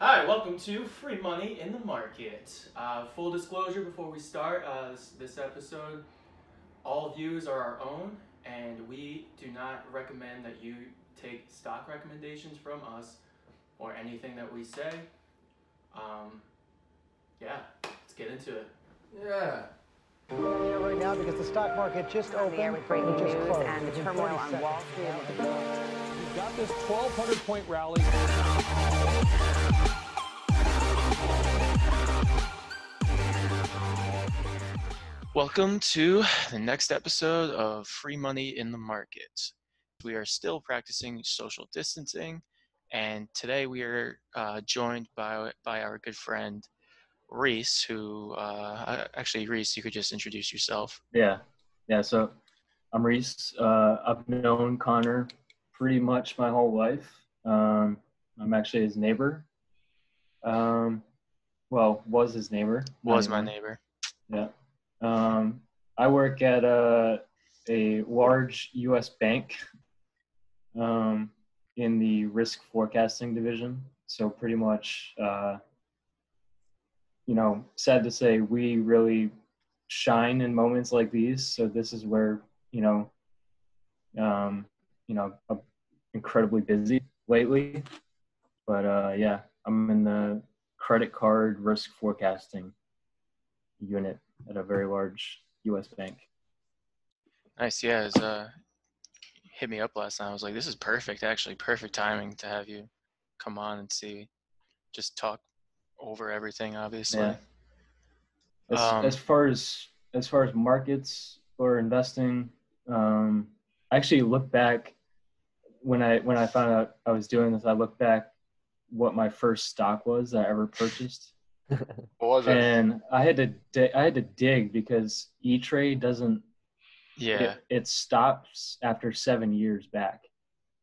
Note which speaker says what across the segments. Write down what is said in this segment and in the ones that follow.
Speaker 1: Hi, welcome to Free Money in the Market. Uh, full disclosure before we start uh, this, this episode, all views are our own, and we do not recommend that you take stock recommendations from us or anything that we say. Um, yeah, let's get into it.
Speaker 2: Yeah.
Speaker 3: radio right now because the stock market just
Speaker 4: on
Speaker 3: opened.
Speaker 4: the air with breaking
Speaker 3: and just
Speaker 4: news
Speaker 3: closed.
Speaker 4: and the
Speaker 3: It's in
Speaker 4: turmoil
Speaker 3: 30
Speaker 4: on
Speaker 3: seconds.
Speaker 4: Wall Street.
Speaker 5: We've got this 1,200 point rally.
Speaker 6: Welcome to the next episode of Free Money in the Market. We are still practicing social distancing, and today we are uh, joined by by our good friend Reese. Who uh, actually, Reese, you could just introduce yourself.
Speaker 7: Yeah, yeah. So I'm Reese. Uh, I've known Connor pretty much my whole life. Um, I'm actually his neighbor. Um, well, was his neighbor.
Speaker 6: Was
Speaker 7: Anyway,
Speaker 6: my neighbor.
Speaker 7: Yeah. Um, I work at a a large U.S. bank um, in the risk forecasting division. So pretty much, uh, you know, sad to say, we really shine in moments like these. So this is where you know, um, you know, I'm incredibly busy lately. But uh, yeah, I'm in the credit card risk forecasting unit at a very large U.S. bank.
Speaker 6: Nice. Yeah. Is, uh, hit me up last night. I was like, this is perfect. Actually, perfect timing to have you come on and see, just talk over everything. Obviously.
Speaker 7: Yeah. As,
Speaker 6: Um,
Speaker 7: as far as as far as markets or investing, um, I actually look back when I when I found out I was doing this. I looked back what my first stock was that I ever purchased,
Speaker 8: What was it?
Speaker 7: and I had to di- I had to dig because E Trade doesn't
Speaker 6: Yeah.
Speaker 7: it, it stops after seven years back.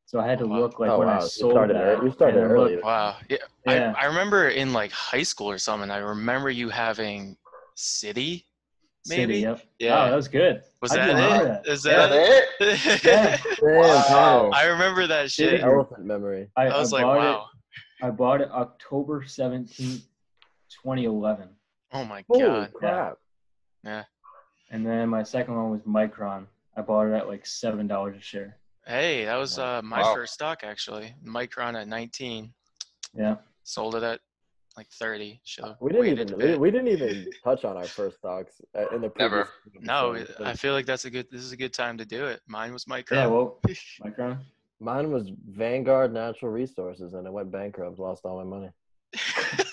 Speaker 7: So I had to
Speaker 6: Oh, wow.
Speaker 7: look like
Speaker 2: Oh,
Speaker 7: when I
Speaker 2: wow. You
Speaker 7: sold
Speaker 2: started
Speaker 7: that.
Speaker 2: ear- you started
Speaker 7: and I looked-
Speaker 2: early.
Speaker 6: Wow. Yeah.
Speaker 7: Yeah.
Speaker 6: I, I remember in like high school or something, I remember you having City. Maybe?
Speaker 7: City, yep.
Speaker 6: Yeah.
Speaker 7: Oh, that was good.
Speaker 6: Was
Speaker 7: I do
Speaker 6: that
Speaker 7: remember
Speaker 6: it? Is
Speaker 8: Yeah,
Speaker 6: that
Speaker 8: it?
Speaker 6: it?
Speaker 7: Yeah.
Speaker 2: Damn,
Speaker 8: Wow.
Speaker 6: I remember that
Speaker 7: City. oh,
Speaker 6: shit.
Speaker 2: Connor. Elephant memory.
Speaker 7: I,
Speaker 6: I was like,
Speaker 7: bought it-
Speaker 6: wow.
Speaker 7: I bought it October 17th, 2011.
Speaker 6: Oh my
Speaker 2: Holy
Speaker 6: God.
Speaker 2: crap.
Speaker 7: And then my second one was Micron. I bought it at like $7 a share.
Speaker 6: Hey, that was uh, my
Speaker 8: Wow.
Speaker 6: first stock actually. Micron at 19,
Speaker 7: Yeah.
Speaker 6: sold it at like 30. Should've
Speaker 2: We didn't
Speaker 6: waited a
Speaker 2: even we,
Speaker 6: bit.
Speaker 2: we didn't even touch on our first stocks uh, in the previous.
Speaker 8: Never.
Speaker 6: No,
Speaker 2: episode, but
Speaker 6: I feel like that's a good. This is a good time to do it. Mine was Micron.
Speaker 7: Yeah, well, Micron.
Speaker 2: mine was Vanguard Natural Resources, and it went bankrupt. Lost all my money.
Speaker 6: Can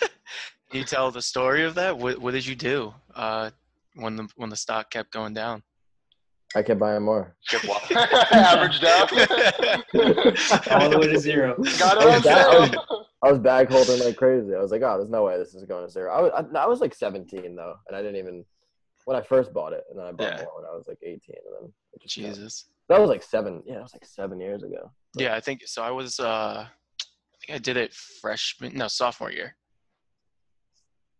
Speaker 6: you tell the story of that? What, what did you do uh, when the when the stock kept going down?
Speaker 2: I kept buying more.
Speaker 8: Good one. Averaged out.
Speaker 7: All the way to zero.
Speaker 8: Got
Speaker 2: I was,
Speaker 8: it
Speaker 2: back, I,
Speaker 8: on
Speaker 2: was,
Speaker 8: sale.
Speaker 2: I was bag holding like crazy. I was like, oh, there's no way this is going to zero. I was, I, I was like 17 though, and I didn't even when I first bought it, and then I bought
Speaker 6: Yeah.
Speaker 2: more when I was like 18, and then it just got-
Speaker 6: Jesus.
Speaker 2: that was like seven. Yeah, that was like seven years ago.
Speaker 6: Yeah, I think so. I was, uh, I think I did it freshman, no, sophomore year.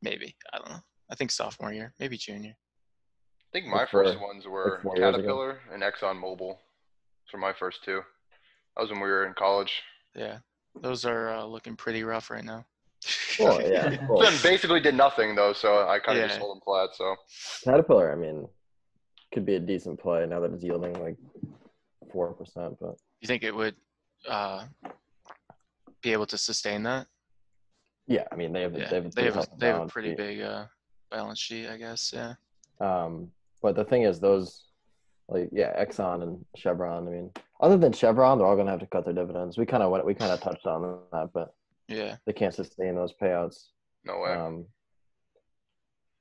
Speaker 6: Maybe. I don't know. I think sophomore year, maybe junior.
Speaker 8: I think my
Speaker 2: Like four-
Speaker 8: first ones were
Speaker 2: like four years ago.
Speaker 8: Caterpillar and Exxon Mobil. For my first two, that was when we were in college.
Speaker 6: Yeah. Those are uh, looking pretty rough right now.
Speaker 2: Well, Oh, yeah, well,
Speaker 8: Then basically did nothing though, so I kind of
Speaker 6: Yeah.
Speaker 8: just sold them flat. So
Speaker 2: Caterpillar. I mean, could be a decent play now that it's yielding like four percent, but.
Speaker 6: you think it would uh, be able to sustain that?
Speaker 2: Yeah, I mean they have a,
Speaker 6: Yeah.
Speaker 2: they have, a
Speaker 6: They have, a,
Speaker 2: decent
Speaker 6: they have a
Speaker 2: balance
Speaker 6: pretty
Speaker 2: sheet.
Speaker 6: big uh, balance sheet, I guess. Yeah.
Speaker 2: Um, but the thing is, those like yeah, Exxon and Chevron. I mean, other than Chevron, they're all gonna have to cut their dividends. We kind of went, we kind of touched on that, but
Speaker 6: Yeah.
Speaker 2: they can't sustain those payouts.
Speaker 8: no way.
Speaker 2: Um,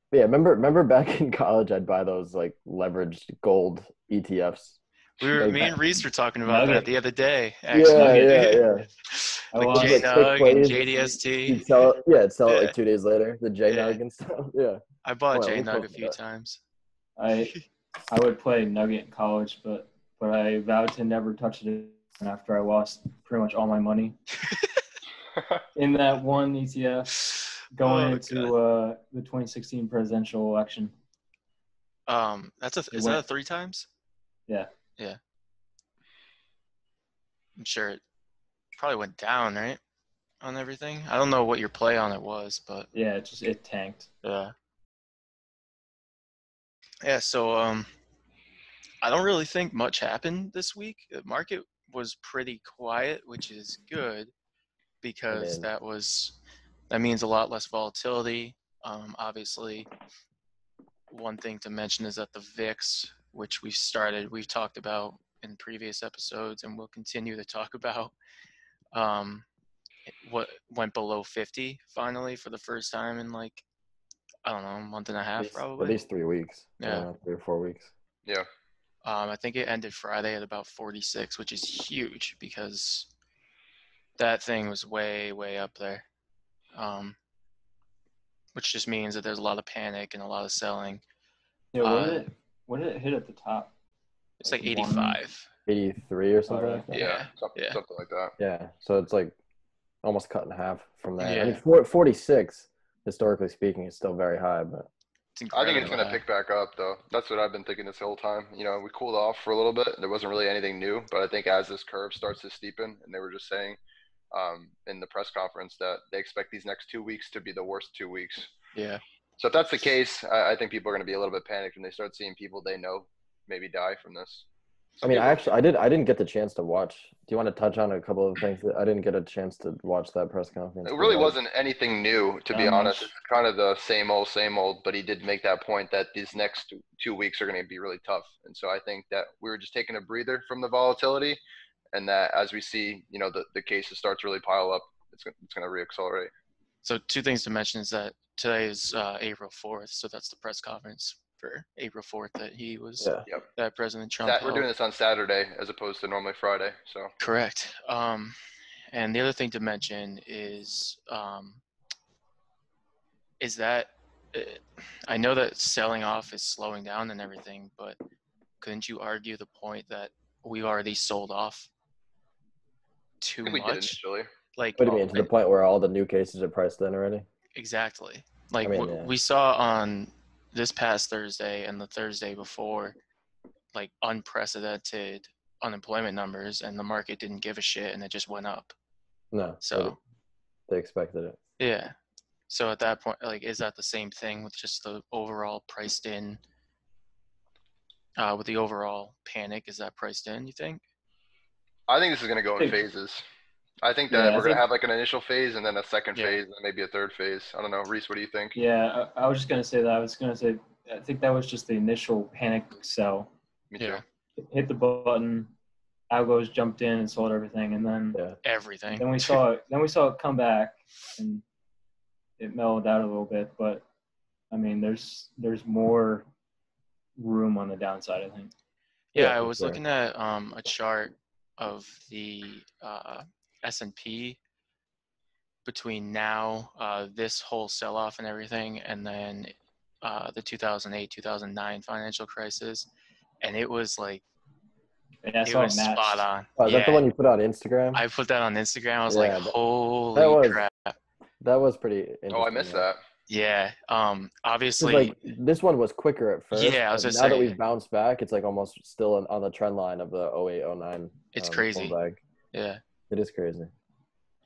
Speaker 2: but yeah, remember remember back in college, I'd buy those like leveraged gold E ETFs.
Speaker 6: We were,
Speaker 2: Like
Speaker 6: me
Speaker 2: that.
Speaker 6: and Reese were talking about
Speaker 7: Nugget.
Speaker 6: that the other day, actually.
Speaker 2: Yeah, yeah, yeah.
Speaker 7: I
Speaker 6: like
Speaker 7: lost, like,
Speaker 6: J
Speaker 2: quick
Speaker 6: Nug and
Speaker 2: plays.
Speaker 6: JDST.
Speaker 2: You'd sell it, yeah, it'd sell it
Speaker 6: Yeah.
Speaker 2: like two days later. The J
Speaker 6: Yeah.
Speaker 2: Nug and stuff. Yeah,
Speaker 6: I bought
Speaker 2: Well,
Speaker 6: J
Speaker 2: we
Speaker 6: Nug a
Speaker 2: talked
Speaker 6: few
Speaker 2: about-
Speaker 6: times.
Speaker 7: I, I would play Nugget in college, but, but I vowed to never touch it again after I lost pretty much all my money in that one ETF going
Speaker 6: Oh, God.
Speaker 7: into uh, the 2016 presidential election.
Speaker 6: Um, that's a
Speaker 7: It
Speaker 6: is that a
Speaker 7: went-
Speaker 6: three times?
Speaker 7: Yeah.
Speaker 6: Yeah. I'm sure it probably went down, right? on everything? I don't know what your play on it was, but
Speaker 7: Yeah, it just it tanked.
Speaker 6: yeah. Yeah, so um I don't really think much happened this week. The market was pretty quiet, which is good because
Speaker 2: is.
Speaker 6: that was that means a lot less volatility. Um obviously one thing to mention is that the VIX, which we've started, we've talked about in previous episodes and we'll continue to talk about um what went below 50 finally for the first time in like I don't know, a month and a half
Speaker 2: At least-
Speaker 6: probably.
Speaker 2: At least three weeks. I don't
Speaker 6: Yeah.
Speaker 2: know, three or four weeks.
Speaker 8: Yeah.
Speaker 6: Um, I think it ended Friday at about 46, which is huge because that thing was way, way up there. Um, which just means that there's a lot of panic and a lot of selling.
Speaker 7: Yeah, what
Speaker 6: Uh,
Speaker 7: did it what did it hit at the top?
Speaker 6: It's like
Speaker 7: Like one-
Speaker 6: 85.
Speaker 2: 83 or something
Speaker 7: Alright.
Speaker 2: like that.
Speaker 8: Yeah.
Speaker 6: Yeah,
Speaker 8: some-
Speaker 6: yeah.
Speaker 8: Something like that.
Speaker 2: Yeah, so it's like almost cut in half from that. I mean,
Speaker 6: Yeah.
Speaker 2: four- 46, historically speaking, is still very high, but
Speaker 6: It's
Speaker 8: I think it's
Speaker 6: incredibly
Speaker 8: going to
Speaker 6: high.
Speaker 8: pick back up, though. That's what I've been thinking this whole time. You know, we cooled off for a little bit. There wasn't really anything new, but I think as this curve starts to steepen, and they were just saying um, in the press conference that they expect these next two weeks to be the worst two weeks.
Speaker 6: Yeah.
Speaker 8: So if that's the case, I, I think people are going to be a little bit panicked when they start seeing people they know maybe die from this.
Speaker 2: I mean, I actually I did I didn't get the chance to watch. Do you want to touch on a couple of things that I didn't get a chance to watch that press conference?
Speaker 8: It really wasn't anything new, to be
Speaker 7: Not
Speaker 8: honest.
Speaker 7: much.
Speaker 8: Kind of the same old, same old. But he did make that point that these next two weeks are going to be really tough, and so I think that we were just taking a breather from the volatility, and that as we see, you know, the, the cases start to really pile up, it's gon- it's going to reaccelerate.
Speaker 6: So, two things to mention is that today is uh, April 4th. So, that's the press conference for April 4th that he was,
Speaker 2: Yeah.
Speaker 6: that President Trump.
Speaker 8: That, we're
Speaker 6: held.
Speaker 8: doing this on Saturday as opposed to normally Friday, so
Speaker 6: Correct. Um, and the other thing to mention is um, is that uh, I know that selling off is slowing down and everything, but couldn't you argue the point that we already sold off
Speaker 8: I
Speaker 6: too
Speaker 8: think we did
Speaker 6: much?
Speaker 8: initially.
Speaker 6: Like uh,
Speaker 2: What do you mean to the point where all the new cases are priced in already?
Speaker 6: exactly. Like
Speaker 2: mean,
Speaker 6: what
Speaker 2: yeah.
Speaker 6: we saw on this past Thursday and the Thursday before, like unprecedented unemployment numbers, and the market didn't give a shit, and it just went up.
Speaker 2: No.
Speaker 6: So.
Speaker 2: they expected it.
Speaker 6: Yeah. So at that point, like, is that the same thing with just the overall priced in? Uh, with the overall panic, is that priced in? You think?
Speaker 8: I think this is going to go in
Speaker 7: Think-
Speaker 8: phases. I think that
Speaker 7: Yeah, I
Speaker 8: we're going to
Speaker 7: think-
Speaker 8: have like an initial phase and then a second
Speaker 6: Yeah.
Speaker 8: phase and maybe a third phase. I don't know, Reese. What do you think?
Speaker 7: Yeah, I, I was just gonna say that. I was gonna say I think that was just the initial panic sell.
Speaker 8: Me too.
Speaker 6: Yeah.
Speaker 7: Hit the button, algos jumped in and sold everything, and then
Speaker 2: Yeah.
Speaker 6: Everything.
Speaker 7: then we saw it, then we saw it come back and it mellowed out a little bit. But I mean, there's there's more room on the downside. I think.
Speaker 6: yeah,
Speaker 2: Yeah,
Speaker 6: I
Speaker 2: for
Speaker 6: was
Speaker 2: sure.
Speaker 6: looking at um, a chart of the uh, S and P between now, uh, this whole sell-off and everything, and then uh, the 2008, 2009 financial crisis, and it was like
Speaker 7: And I
Speaker 6: it
Speaker 7: saw
Speaker 6: was
Speaker 7: matched.
Speaker 6: spot on.
Speaker 2: Oh, is that the
Speaker 6: Yeah.
Speaker 2: one you put on Instagram?
Speaker 6: I put that on Instagram. I was
Speaker 2: Yeah,
Speaker 6: like,
Speaker 2: that-
Speaker 6: holy
Speaker 2: was-
Speaker 6: crap.
Speaker 2: that was pretty interesting.
Speaker 8: Oh, I missed
Speaker 2: yeah.
Speaker 8: that.
Speaker 6: Yeah. Um.
Speaker 2: 'Cause,
Speaker 6: Obviously.
Speaker 2: Like this one was quicker at first.
Speaker 6: Yeah, I was
Speaker 2: but
Speaker 6: gonna
Speaker 2: now that
Speaker 6: say.
Speaker 2: we've bounced back, it's like almost still on- on the trend line of the 08, 09.
Speaker 6: It's crazy.
Speaker 2: pullback.
Speaker 6: yeah.
Speaker 2: It is crazy.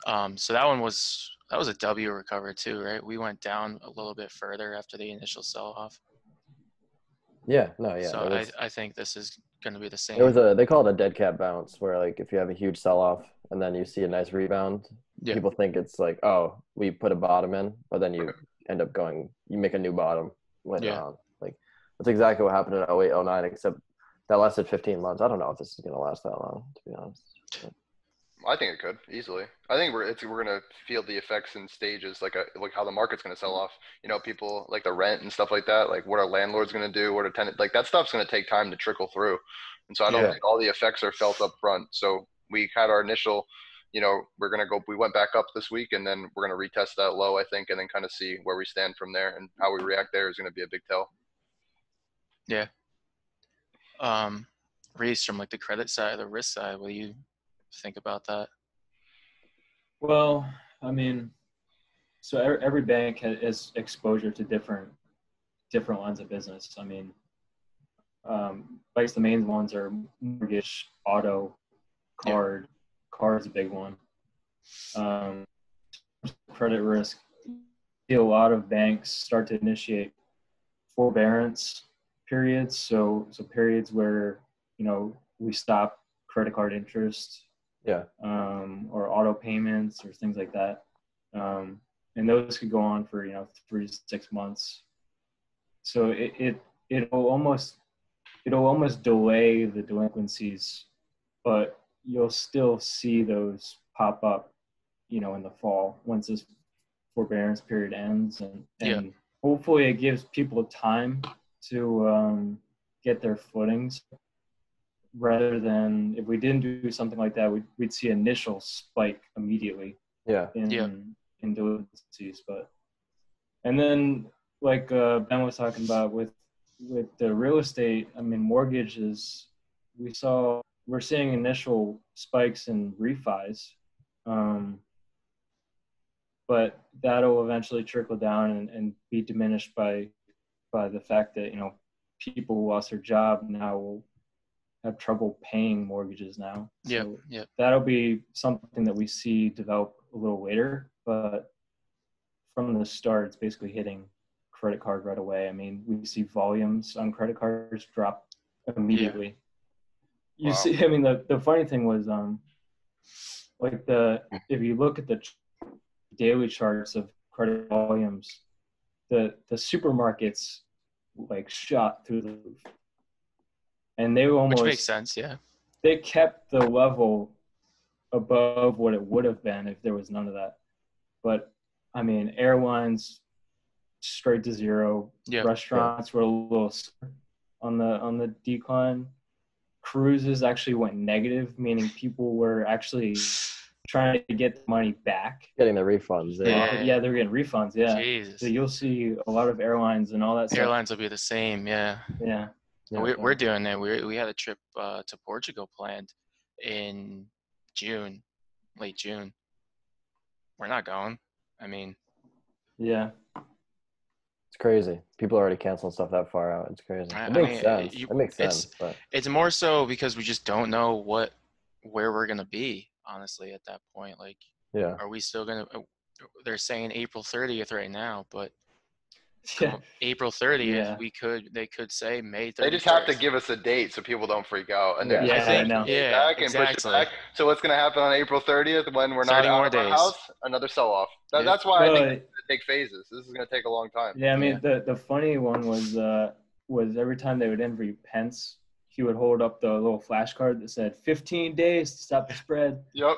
Speaker 6: Um. So that one was that was a W recover too, right? We went down a little bit further after the initial sell off.
Speaker 2: Yeah, no, Oh, yeah.
Speaker 6: so
Speaker 2: it was-
Speaker 6: I I think this is going to be the same.
Speaker 2: It was a they call it a dead cat bounce, where like if you have a huge sell off and then you see a nice rebound,
Speaker 6: Yeah.
Speaker 2: people think it's like, oh, we put a bottom in, but then you end up going, you make a new bottom later
Speaker 6: Yeah.
Speaker 2: on. Like that's exactly what happened in 08, 09, except that lasted 15 months. I don't know if this is gonna last that long, to be honest.
Speaker 8: I think it could easily. I think we're it's, we're gonna feel the effects in stages, like a, like how the market's gonna sell off. You know, people like the rent and stuff like that. Like what our landlords gonna do, what our tenant like that stuff's gonna take time to trickle through. And so I don't
Speaker 2: Yeah.
Speaker 8: think all the effects are felt up front. So we had our initial, you know, we're gonna go. We went back up this week, and then we're gonna retest that low, I think, and then kind of see where we stand from there and how we react. There is gonna be a big tell.
Speaker 6: um, Reese from like the credit side, the risk side. What do you think about that?
Speaker 7: Well, I mean, so every, every bank has, has exposure to different different lines of business. I mean, um, like the main ones are mortgage, auto, card. Card's a big one. Um, credit risk, see a lot of banks start to initiate forbearance periods. So so periods where you know we stop credit card interest,
Speaker 2: Yeah.
Speaker 7: um, or auto payments or things like that, um, and those could go on for you know three to six months. So it it it'll almost it'll almost delay the delinquencies, but you'll still see those pop up, you know, in the fall once this forbearance period ends, and,
Speaker 6: Yeah.
Speaker 7: and hopefully it gives people time to um, get their footings. Rather than if we didn't do something like that, we'd, we'd see initial spike immediately
Speaker 2: Yeah.
Speaker 7: in
Speaker 6: Yeah.
Speaker 7: in delinquencies, but and then like uh, Ben was talking about with with the real estate, I mean mortgages, we saw we're seeing initial spikes in refis, um, but that'll eventually trickle down and, and be diminished by by the fact that you know people who lost their job now will have trouble paying mortgages now.
Speaker 6: Yeah,
Speaker 7: So
Speaker 6: yeah,
Speaker 7: that'll be something that we see develop a little later, but from the start, it's basically hitting credit card right away. I mean, we see volumes on credit cards drop immediately. You
Speaker 8: Wow.
Speaker 7: see, I mean, the, the funny thing was, um, like the if you look at the ch- daily charts of credit volumes, the the supermarkets like shot through the roof, and they were almost
Speaker 6: which makes sense. Yeah,
Speaker 7: they kept the level above what it would have been if there was none of that. But I mean, airlines straight to zero.
Speaker 6: Yeah.
Speaker 7: Restaurants were a little s- on the on the decline. Cruises actually went negative, meaning people were actually trying to get the money back.
Speaker 2: Getting the refunds.
Speaker 6: Yeah.
Speaker 7: yeah they're getting refunds. Yeah.
Speaker 6: Jesus,
Speaker 7: So you'll see a lot of airlines and all that stuff.
Speaker 6: airlines will be the same. Yeah,
Speaker 7: Yeah.
Speaker 2: Yeah.
Speaker 6: we're we're doing it. We we had a trip uh, to Portugal planned in June, late June. We're not going. I mean,
Speaker 7: Yeah.
Speaker 2: It's crazy. People are already canceling stuff that far out. It's crazy.
Speaker 6: I- I
Speaker 2: It makes
Speaker 6: mean,
Speaker 2: sense.
Speaker 6: you-
Speaker 2: it makes
Speaker 6: it's-
Speaker 2: sense. But
Speaker 6: it's more so because we just don't know what where we're gonna be. Honestly, at that point, like,
Speaker 2: yeah.
Speaker 6: are we still gonna? uh, They're saying April 30th right now, but
Speaker 7: Yeah.
Speaker 6: April 30th,
Speaker 7: Yeah.
Speaker 6: we could they could say May 31st.
Speaker 8: They just have to give us a date so people don't freak out. And they're
Speaker 7: Yeah,
Speaker 8: just
Speaker 7: I
Speaker 8: pushing
Speaker 7: know.
Speaker 8: it
Speaker 6: Yeah,
Speaker 8: back and
Speaker 6: exactly.
Speaker 8: pushing it back. So what's going to happen on April 30th when we're
Speaker 6: 30
Speaker 8: not
Speaker 6: more
Speaker 8: out of our
Speaker 6: days.
Speaker 8: house? Another sell-off. That,
Speaker 6: Yeah.
Speaker 8: That's why I think
Speaker 7: But-
Speaker 8: it's going to take phases. This is going to take a long time.
Speaker 7: Yeah, I mean
Speaker 6: Yeah.
Speaker 7: the the funny one was uh was every time they would interview Pence, he would hold up the little flashcard that said 15 days to stop the spread.
Speaker 8: Yep.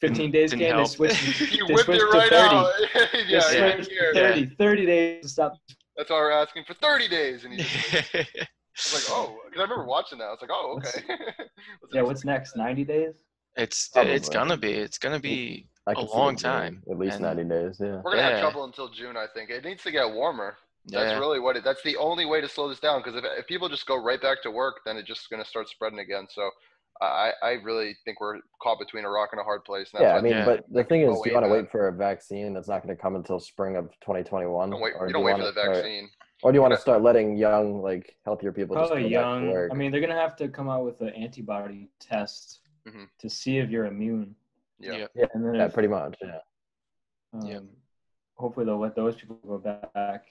Speaker 7: 15 days
Speaker 6: Didn't
Speaker 7: again, they
Speaker 6: help.
Speaker 7: switched,
Speaker 8: You
Speaker 7: they
Speaker 8: whipped
Speaker 7: switched
Speaker 8: it
Speaker 7: to
Speaker 8: right
Speaker 7: 30.
Speaker 8: out.
Speaker 7: They
Speaker 8: yeah, right
Speaker 7: switched
Speaker 8: here.
Speaker 7: to 30, 30 days to stop.
Speaker 8: That's why we're asking for 30 days. And you just, I was like, oh, because I remember watching that. I was like, oh, okay. What's
Speaker 7: Yeah,
Speaker 8: next?
Speaker 7: what's next? 90 days?
Speaker 6: it's it's
Speaker 2: Probably.
Speaker 6: gonna be it's gonna be
Speaker 2: I
Speaker 6: a
Speaker 2: could see
Speaker 6: long
Speaker 2: it being
Speaker 6: time,
Speaker 2: At least
Speaker 6: and-
Speaker 2: 90 days. Yeah.
Speaker 8: We're gonna
Speaker 6: Yeah.
Speaker 8: have trouble until June, I think. It needs to get warmer. That's
Speaker 6: yeah,
Speaker 8: really what it. That's the only way to slow this down. Because if, if people just go right back to work, then it's just gonna start spreading again. So I I really think we're caught between a rock and a hard place. And that's
Speaker 2: Yeah,
Speaker 8: why "Oh,
Speaker 2: I mean,
Speaker 6: Yeah.
Speaker 2: but the thing is,
Speaker 8: go
Speaker 2: do you
Speaker 8: way
Speaker 2: want to
Speaker 8: back.
Speaker 2: wait for a vaccine that's not going to come until spring of 2021?
Speaker 8: you don't wait,
Speaker 2: do
Speaker 8: you don't wait for
Speaker 2: wanna
Speaker 8: the
Speaker 2: start-
Speaker 8: vaccine.
Speaker 2: Or do you want to start letting young, like healthier people just go
Speaker 7: Probably
Speaker 2: back to
Speaker 7: young.
Speaker 2: work?
Speaker 7: I mean, they're going to have to come out with an antibody test
Speaker 8: Mhm.
Speaker 7: to see if you're immune.
Speaker 8: Yeah.
Speaker 6: yeah.
Speaker 7: And then
Speaker 2: yeah,
Speaker 7: if-
Speaker 2: pretty much. Yeah.
Speaker 7: Um,
Speaker 6: Yep.
Speaker 7: Hopefully they'll let those people go back.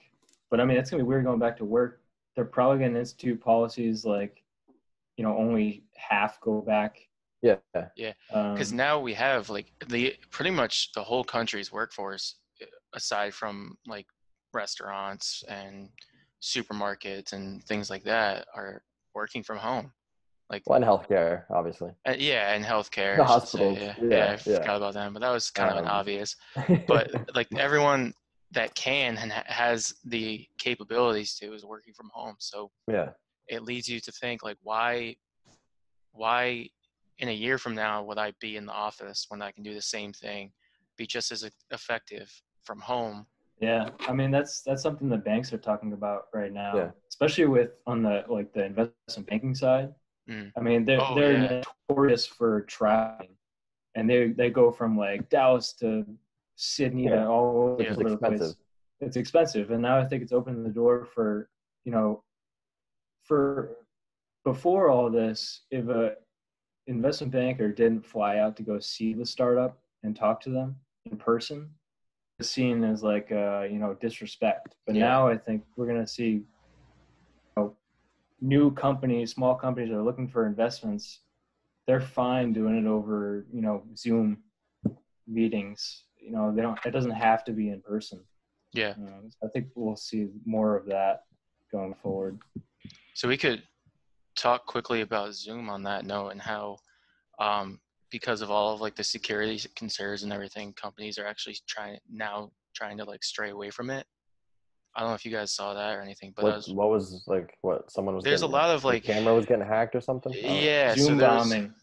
Speaker 7: But I mean, it's gonna be weird going back to work. They're probably gonna institute policies like, you know, only half go back.
Speaker 2: Yeah. Yeah.
Speaker 6: because
Speaker 7: Um,
Speaker 6: now we have like the pretty much the whole country's workforce uh, aside from like restaurants and supermarkets and things like that are working from home like
Speaker 2: Well, and healthcare, obviously.
Speaker 6: uh, yeah and healthcare
Speaker 2: The
Speaker 6: I should say,
Speaker 2: hospitals,
Speaker 6: yeah,
Speaker 2: yeah,
Speaker 6: yeah, i
Speaker 2: yeah.
Speaker 6: forgot about them but that was kind of an
Speaker 2: Um,
Speaker 6: obvious but like everyone that can and ha- has the capabilities to is working from home so
Speaker 2: yeah.
Speaker 6: it leads you to think like why why in a year from now would i be in the office when i can do the same thing be just as e- effective from home
Speaker 7: yeah, I mean that's that's something the banks are talking about right now,
Speaker 2: Yeah.
Speaker 7: especially with on the like the investment banking side.
Speaker 6: Mm.
Speaker 7: I mean, they're
Speaker 6: Oh,
Speaker 7: they're
Speaker 6: yeah.
Speaker 7: notorious for traveling, and they they go from like Dallas to Sydney
Speaker 2: Yeah.
Speaker 7: to all over
Speaker 2: Which is
Speaker 7: the place.
Speaker 2: expensive.
Speaker 7: it's expensive and now i think it's opened the door for you know for before all this if a investment banker didn't fly out to go see the startup and talk to them in person is seen as like uh, you know disrespect. But
Speaker 6: Yeah.
Speaker 7: now I think we're gonna see you know, new companies, small companies that are looking for investments. They're fine doing it over you know Zoom meetings. You know they don't. It doesn't have to be in person.
Speaker 6: Yeah.
Speaker 7: Um, I think we'll see more of that going forward.
Speaker 6: So we could talk quickly about Zoom on that note and how, um, because of all of like the security concerns and everything, companies are actually trying now trying to like stray away from it. I don't know if you guys saw that or anything, but
Speaker 2: what,
Speaker 6: that was,
Speaker 2: what was like what someone was?
Speaker 6: There's a
Speaker 2: getting-
Speaker 6: lot of,
Speaker 2: the
Speaker 6: like-
Speaker 2: camera was getting hacked or something. I don't know.
Speaker 6: yeah, so
Speaker 7: Zoom
Speaker 6: there was-
Speaker 7: bombing.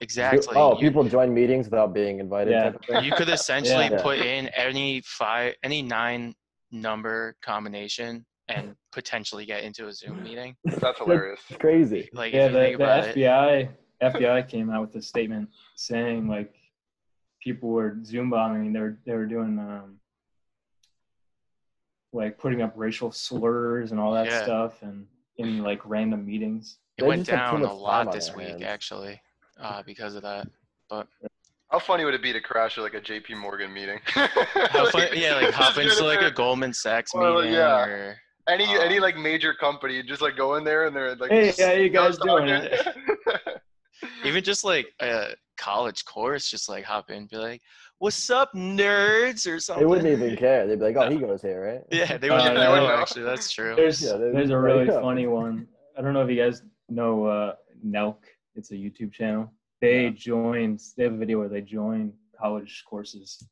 Speaker 6: exactly.
Speaker 2: Oh,
Speaker 6: You-
Speaker 2: people join meetings without being invited.
Speaker 7: Yeah.
Speaker 2: type of thing?
Speaker 6: you could essentially
Speaker 2: Yeah.
Speaker 6: put in any five any nine number combination and potentially get into a zoom meeting
Speaker 8: That's hilarious.
Speaker 2: It's crazy.
Speaker 6: like
Speaker 7: yeah,
Speaker 6: if you
Speaker 7: the,
Speaker 6: think
Speaker 7: the
Speaker 6: about it
Speaker 7: FBI FBI came out with a statement saying like people were Zoom bombing. They were they were doing um, like putting up racial slurs and all that
Speaker 6: Yeah.
Speaker 7: stuff, and in like random meetings.
Speaker 6: it
Speaker 2: they
Speaker 6: went
Speaker 2: just have too
Speaker 6: down a
Speaker 2: much time
Speaker 6: lot
Speaker 2: on
Speaker 6: this
Speaker 2: their
Speaker 6: week
Speaker 2: hands.
Speaker 6: actually uh, because of that
Speaker 8: How funny would it be to crash at like a JP Morgan meeting?
Speaker 6: How fun- yeah like
Speaker 8: just
Speaker 6: hop
Speaker 8: get
Speaker 6: into
Speaker 8: in
Speaker 6: like a
Speaker 8: there.
Speaker 6: goldman sachs
Speaker 8: Well,
Speaker 6: meeting
Speaker 8: yeah.
Speaker 6: or
Speaker 8: any any
Speaker 6: um,
Speaker 8: like major company, you just like go in there and they're like,
Speaker 7: Hey, how you guys
Speaker 8: "Stop
Speaker 7: doing
Speaker 8: talking."
Speaker 6: even just like a college course just like hop in be like what's up nerds or something
Speaker 2: They wouldn't even care. They'd be like, "Oh,
Speaker 6: No.
Speaker 2: he goes here, right?"
Speaker 6: yeah they wouldn't
Speaker 7: Uh,
Speaker 6: even
Speaker 7: they
Speaker 6: know
Speaker 8: wouldn't know.
Speaker 6: actually that's true
Speaker 7: There's
Speaker 2: Yeah, they-
Speaker 7: there's a
Speaker 2: there
Speaker 7: really
Speaker 2: you go.
Speaker 7: funny one. I don't know if you guys know uh, Nelk. It's a YouTube channel. They joined. They have a video where they join college courses.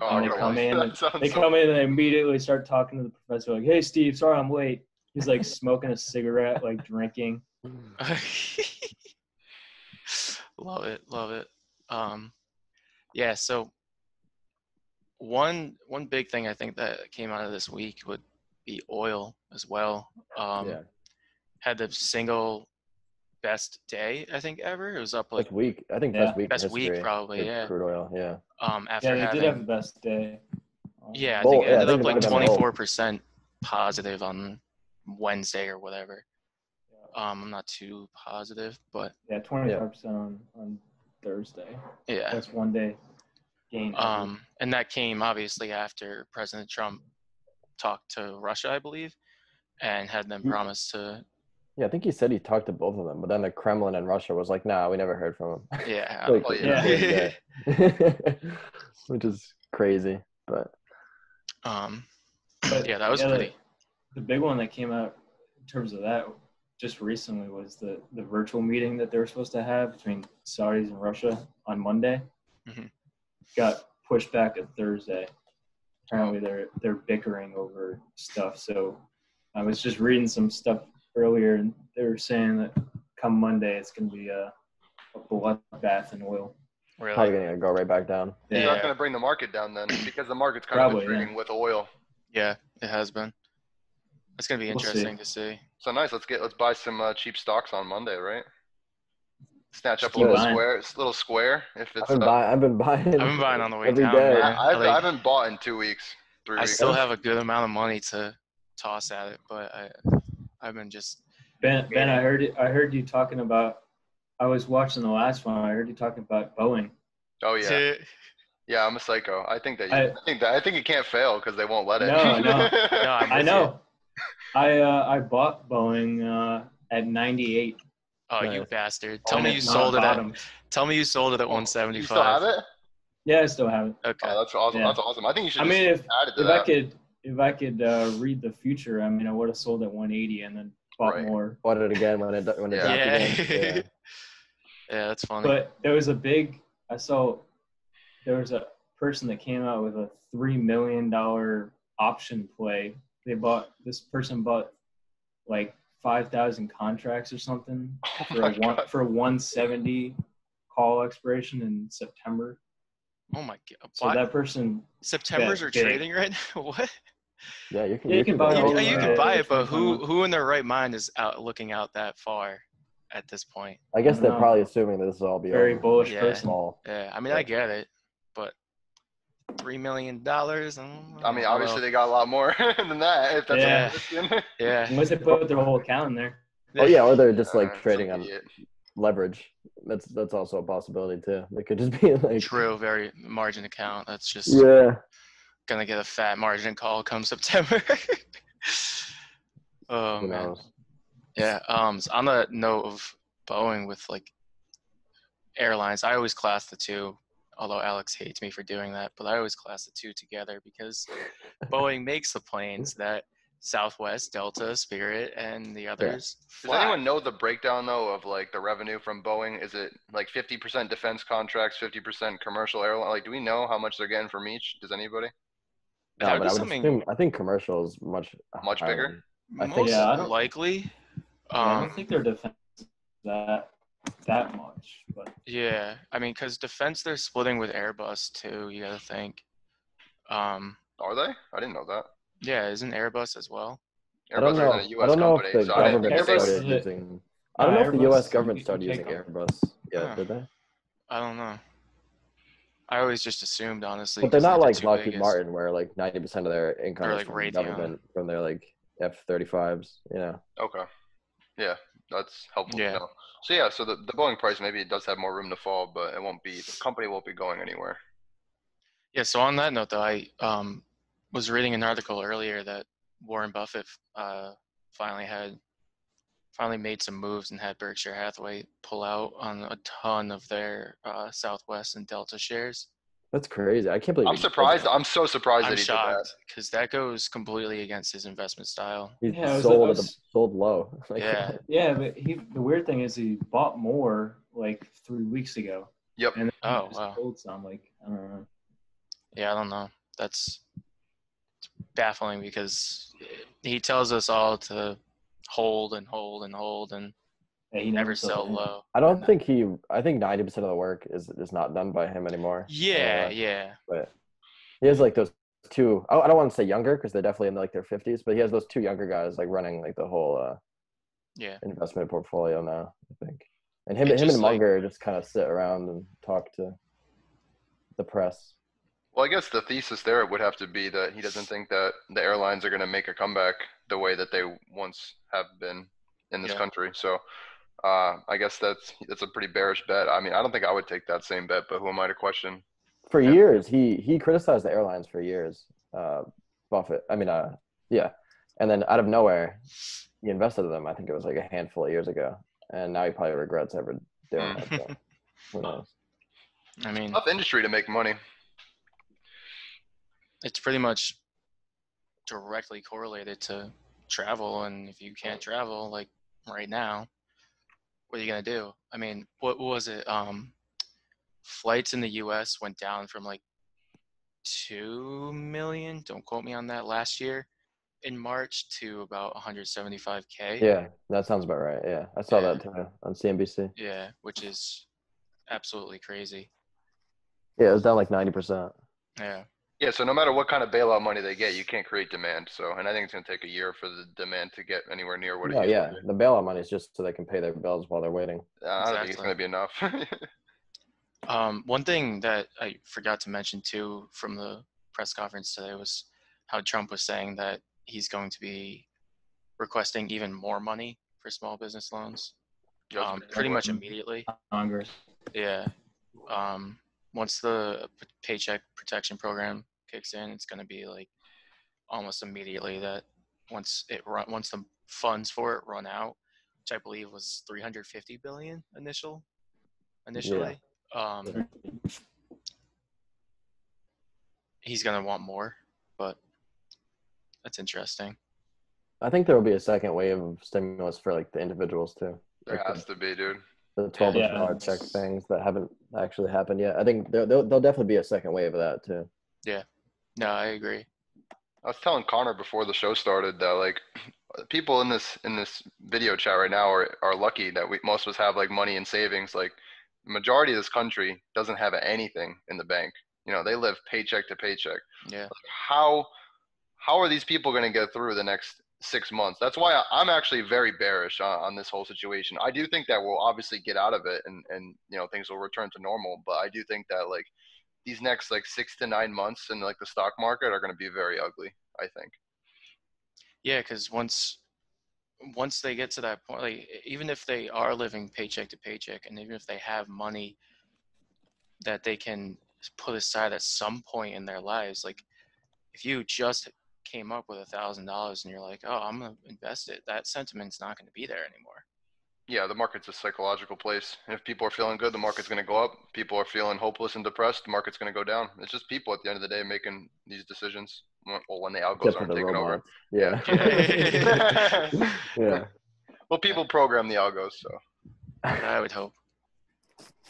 Speaker 8: Oh,
Speaker 7: And they
Speaker 8: no,
Speaker 7: come in
Speaker 8: that
Speaker 7: and-
Speaker 8: sounds
Speaker 7: They
Speaker 8: so-
Speaker 7: come in and they immediately start talking to the professor, like, "Hey, Steve, sorry I'm late." He's like smoking a cigarette, like drinking.
Speaker 2: Mm.
Speaker 6: love it love it um yeah so one one big thing i think that came out of this week would be oil as well um
Speaker 2: yeah,
Speaker 6: had the single best day i think ever it was up like
Speaker 2: like week. I think
Speaker 7: Yeah.
Speaker 2: best week. in
Speaker 6: Best week,
Speaker 2: history
Speaker 6: probably,
Speaker 2: for
Speaker 6: yeah.
Speaker 2: Crude oil. Yeah.
Speaker 6: um after
Speaker 7: Yeah, they
Speaker 6: having
Speaker 7: did have the best day.
Speaker 6: yeah i
Speaker 2: Well,
Speaker 6: think it
Speaker 2: yeah, I
Speaker 6: ended
Speaker 2: think
Speaker 6: up
Speaker 2: it
Speaker 6: like
Speaker 2: might have been oil.
Speaker 6: 24% positive on wednesday or whatever um i'm not too positive but
Speaker 7: yeah, 25 percent on on Thursday.
Speaker 6: yeah
Speaker 7: That's one day gain.
Speaker 6: Um, and that came obviously after President Trump talked to Russia, I believe, and had them
Speaker 2: He-
Speaker 6: promise to.
Speaker 2: Yeah, I think he said he talked to both of them, but then the Kremlin and Russia was like, "Nah, we never heard from him."
Speaker 6: Yeah.
Speaker 2: Like,
Speaker 8: Oh,
Speaker 6: yeah.
Speaker 2: yeah, yeah. Which is crazy, but
Speaker 6: um,
Speaker 7: But
Speaker 6: yeah, that was
Speaker 7: the other-
Speaker 6: pretty.
Speaker 7: The big one that came out in terms of that just recently was the the virtual meeting that they were supposed to have between Saudis and Russia on Monday.
Speaker 6: Mhm.
Speaker 7: Got pushed back to Thursday. Apparently they're they're bickering over stuff. So I was just reading some stuff earlier, and they were saying that come Monday it's going to be a, a bloodbath in oil.
Speaker 2: probably
Speaker 6: Really.
Speaker 2: gonna go right back down.
Speaker 8: It's
Speaker 6: Yeah.
Speaker 8: not going to bring the market down then, because the market's kind of been
Speaker 7: Probably, yeah.
Speaker 8: trading with oil.
Speaker 6: Yeah, it has been. It's gonna be
Speaker 7: We'll see.
Speaker 6: interesting to see.
Speaker 8: So nice. Let's get let's buy some uh, cheap stocks on Monday, right? Snatch up a
Speaker 7: Keep
Speaker 8: little
Speaker 7: buying.
Speaker 8: square, it's a little square. If it's
Speaker 2: I've been
Speaker 8: uh,
Speaker 2: buying. I've been buying.
Speaker 6: I've been buying on the way
Speaker 2: every
Speaker 6: down,
Speaker 2: day.
Speaker 6: man.
Speaker 8: I, I've,
Speaker 6: Like-
Speaker 8: I haven't bought in two weeks, three
Speaker 6: I
Speaker 8: weeks.
Speaker 6: still have a good amount of money to toss at it, but I, I've been just
Speaker 7: Ben, Ben, I heard I heard you talking about. I was watching the last one. I heard you talking about Boeing.
Speaker 8: oh yeah,
Speaker 6: to-
Speaker 8: yeah. I'm a psycho. I think that you, I,
Speaker 7: I-
Speaker 8: think that I think it can't fail because they won't let it.
Speaker 7: No, no.
Speaker 6: No, I'm
Speaker 7: I
Speaker 6: with you.
Speaker 7: know. I uh, I bought Boeing uh, at 98.
Speaker 6: Oh, you
Speaker 2: Nice.
Speaker 6: bastard! Tell me
Speaker 7: when
Speaker 6: you
Speaker 7: it went
Speaker 6: sold it at.
Speaker 7: bottom.
Speaker 6: Tell me you sold it at
Speaker 8: You still
Speaker 6: 175.
Speaker 8: have it?
Speaker 7: Yeah, I still have it.
Speaker 6: Okay.
Speaker 8: Oh, that's awesome.
Speaker 7: Yeah.
Speaker 8: That's awesome. I think you should.
Speaker 7: I
Speaker 8: Just
Speaker 7: mean, if
Speaker 8: add it to
Speaker 7: if I
Speaker 8: that.
Speaker 7: could if I could uh, read the future, I mean, I would have sold at 180 and then bought
Speaker 8: Right.
Speaker 7: more.
Speaker 2: Bought it again when it when it
Speaker 8: Yeah.
Speaker 2: dropped
Speaker 6: Yeah.
Speaker 2: again. Yeah.
Speaker 6: Yeah, that's funny.
Speaker 7: But there was a big. I saw there was a person that came out with a three million dollar option play. They bought this person bought like five thousand contracts or something
Speaker 8: Oh
Speaker 7: for
Speaker 8: my
Speaker 7: a one
Speaker 8: God.
Speaker 7: for one seventy call expiration in September.
Speaker 6: oh my god!
Speaker 7: So
Speaker 6: Why-
Speaker 7: that person,
Speaker 6: September's
Speaker 7: that
Speaker 6: are
Speaker 7: big.
Speaker 6: trading right now. What?
Speaker 2: Yeah, you can.
Speaker 7: Oh, Yeah, you can buy
Speaker 2: go
Speaker 7: it
Speaker 6: You,
Speaker 7: all
Speaker 2: for
Speaker 6: you
Speaker 7: over
Speaker 6: can
Speaker 7: it.
Speaker 6: buy it,
Speaker 7: It's
Speaker 6: but
Speaker 7: fine.
Speaker 6: who who in their right mind is out looking out that far at this point?
Speaker 2: I guess they're
Speaker 7: No.
Speaker 2: probably assuming that this will all be
Speaker 7: very
Speaker 2: over.
Speaker 7: bullish
Speaker 6: Yeah.
Speaker 7: person.
Speaker 2: small.
Speaker 6: Yeah, I mean I
Speaker 2: Yeah.
Speaker 6: get it, but three million dollars. mm,
Speaker 8: I mean, obviously they got a lot more than that. If that's
Speaker 6: Yeah.
Speaker 8: yeah.
Speaker 6: yeah.
Speaker 7: Unless they put their whole account in there.
Speaker 2: Oh yeah, or they're just
Speaker 8: Uh,
Speaker 2: like trading
Speaker 8: some
Speaker 2: on
Speaker 8: idiot.
Speaker 2: leverage. That's that's also a possibility too. It could just be like
Speaker 6: True, very margin account. That's just
Speaker 2: Yeah.
Speaker 6: gonna get a fat margin call come September. oh
Speaker 2: who
Speaker 6: man.
Speaker 2: knows?
Speaker 6: Yeah. Um. so on the note of Boeing with like airlines, I always class the two. Although Alex hates me for doing that, but I always class the two together because Boeing makes the planes that Southwest, Delta, Spirit, and the others
Speaker 8: Does
Speaker 6: fly.
Speaker 8: anyone know the breakdown though of like the revenue from Boeing? Is it like 50% defense contracts, 50% commercial airline? Like, do we know how much they're getting from each? Does anybody?
Speaker 6: That
Speaker 2: No,
Speaker 6: would
Speaker 2: but
Speaker 6: be
Speaker 2: I would
Speaker 6: something-
Speaker 2: assume I think commercial is much
Speaker 8: Much
Speaker 2: higher
Speaker 8: bigger?
Speaker 2: than- I
Speaker 6: Most
Speaker 2: think-
Speaker 7: Yeah, I don't-
Speaker 6: likely.
Speaker 7: I
Speaker 6: Um,
Speaker 7: don't think their defense is that that much, but
Speaker 6: Yeah, I mean, because defense they're splitting with Airbus too. You gotta think. Um,
Speaker 8: Are they? I didn't know that.
Speaker 6: yeah, isn't Airbus as well?
Speaker 2: I don't
Speaker 8: Airbus
Speaker 2: know.
Speaker 8: isn't a
Speaker 2: I
Speaker 8: U.S.
Speaker 2: don't know
Speaker 8: company,
Speaker 2: if the
Speaker 8: so I didn't
Speaker 2: government
Speaker 8: think they.
Speaker 7: Airbus-
Speaker 2: started
Speaker 7: Yeah.
Speaker 2: using. I don't know if the
Speaker 7: Airbus,
Speaker 2: U.S.
Speaker 7: you
Speaker 2: government
Speaker 7: can
Speaker 2: started using
Speaker 7: take off.
Speaker 2: Airbus. Yeah,
Speaker 6: Huh.
Speaker 2: did they?
Speaker 6: I don't know. I always just assumed, honestly.
Speaker 2: But they're
Speaker 6: 'cause
Speaker 2: not
Speaker 6: the
Speaker 2: like
Speaker 6: two
Speaker 2: Lockheed
Speaker 6: biggest-
Speaker 2: Martin, where like ninety percent of their income
Speaker 6: They're like
Speaker 2: is from
Speaker 6: Raytheon.
Speaker 2: government from their like F-35s. You know,
Speaker 8: Okay. Yeah, that's helpful
Speaker 6: Yeah.
Speaker 8: to know. So yeah, so the, the Boeing price maybe it does have more room to fall, but it won't be the company won't be going anywhere.
Speaker 6: Yeah. So on that note, though, I um was reading an article earlier that Warren Buffett uh finally had finally made some moves and had Berkshire Hathaway pull out on a ton of their uh, Southwest and Delta shares.
Speaker 2: that's crazy. I can't believe.
Speaker 8: I'm
Speaker 2: he did
Speaker 8: surprised.
Speaker 2: that.
Speaker 8: I'm so surprised
Speaker 6: I'm
Speaker 8: that he did that.
Speaker 6: shocked because that goes completely against his investment style.
Speaker 2: He
Speaker 7: Yeah, it was-
Speaker 2: sold
Speaker 7: it
Speaker 2: at the,
Speaker 7: was-
Speaker 2: sold low. Like,
Speaker 6: Yeah.
Speaker 7: yeah, but he the weird thing is he bought more like three weeks ago.
Speaker 8: Yep.
Speaker 7: And then he
Speaker 6: Oh,
Speaker 7: just
Speaker 6: wow.
Speaker 7: sold some like I don't know.
Speaker 6: Yeah, I don't know. That's baffling because he tells us all to hold and hold and hold and
Speaker 7: Yeah, he
Speaker 6: never
Speaker 7: sold
Speaker 6: sell
Speaker 7: any.
Speaker 6: low.
Speaker 2: I don't think he. I think ninety percent of the work is is not done by him anymore.
Speaker 6: Yeah,
Speaker 2: Uh,
Speaker 6: yeah.
Speaker 2: He has like those two. I, I don't want to say younger because they're definitely in like their fifties, but he has those two younger guys like running like the whole uh,
Speaker 6: Yeah.
Speaker 2: investment portfolio now. I think, and him,
Speaker 6: It
Speaker 2: him
Speaker 6: just,
Speaker 2: and
Speaker 6: like-
Speaker 2: Munger just kind of sit around and talk to the press.
Speaker 8: Well, I guess the thesis there would have to be that he doesn't think that the airlines are going to make a comeback the way that they once have been in this
Speaker 6: Yeah.
Speaker 8: country. So, uh, I guess that's that's a pretty bearish bet. I mean, I don't think I would take that same bet, but who am I to question?
Speaker 2: For
Speaker 8: Yeah.
Speaker 2: years, he he criticized the airlines for years. Uh, Buffett, I mean, uh, yeah, and then out of nowhere, he invested in them. I think it was like a handful of years ago, and now he probably regrets ever doing
Speaker 6: Mm.
Speaker 2: that. but Who knows?
Speaker 6: I mean,
Speaker 8: Tough industry to make money.
Speaker 6: it's pretty much directly correlated to travel and if you can't travel like right now, what are you going to do? I mean, what was it um flights in the US went down from like 2 million, don't quote me on that last year in March to about 175k.
Speaker 2: Yeah, that sounds about right. Yeah, I saw
Speaker 6: Yeah.
Speaker 2: that too on CNBC.
Speaker 6: Yeah, which is absolutely crazy.
Speaker 2: Yeah, it was down like ninety percent.
Speaker 6: Yeah.
Speaker 8: Yeah, so no matter what kind of bailout money they get, you can't create demand. So, and I think it's going to take a year for the demand to get anywhere near what it
Speaker 2: No,
Speaker 8: used to
Speaker 2: Oh, yeah, the bailout money is just so they can pay their bills while they're waiting.
Speaker 8: be. I don't think it's
Speaker 6: Exactly.
Speaker 8: going to be enough.
Speaker 6: Um, one thing that I forgot to mention too from the press conference today was how Trump was saying that he's going to be requesting even more money for small business loans,
Speaker 8: Just
Speaker 6: um, pretty much
Speaker 7: important.
Speaker 6: immediately.
Speaker 7: Congress.
Speaker 6: Yeah. Um, once the p- paycheck protection program kicks in, it's going to be like almost immediately that once it run, once the funds for it run out, which I believe was 350 billion initial, initially. Um, he's going to want more, but that's interesting.
Speaker 2: I think there will be a second wave of stimulus for like the individuals too.
Speaker 8: there
Speaker 2: Like,
Speaker 8: has to be, dude.
Speaker 2: the twelve
Speaker 7: Yeah.
Speaker 2: dollar check things that haven't actually happened yet. I think there, there'll, there'll definitely be a second wave of that too.
Speaker 6: No, I agree.
Speaker 8: I was telling Connor before the show started that like people in this in this video chat right now are are lucky that we most of us have like money in savings. Like the majority of this country doesn't have anything in the bank. You know, they live paycheck to paycheck.
Speaker 6: Yeah.
Speaker 8: How how are these people going to get through the next six months? That's why I- I'm actually very bearish on, on this whole situation. I do think that we'll obviously get out of it and and you know things will return to normal. But I do think that like these next like six to nine months in like the stock market are going to be very ugly. I think.
Speaker 6: Yeah, because once once they get to that point, like e-, even if they are living paycheck to paycheck, and even if they have money that they can put aside at some point in their lives, like if you just came up with a thousand dollars and you're like, oh, I'm gonna invest it, that sentiment's not going to be there anymore.
Speaker 8: Yeah, the market's a psychological place. If people are feeling good, the market's going to go up. People are feeling hopeless and depressed, the market's going to go down. It's just people at the end of the day making these decisions. Well, when the algos
Speaker 2: Except for
Speaker 8: aren't
Speaker 2: the
Speaker 8: taking over.
Speaker 2: robots. Yeah.
Speaker 6: Yeah.
Speaker 2: yeah.
Speaker 8: well, people program the algos, so
Speaker 6: I would hope.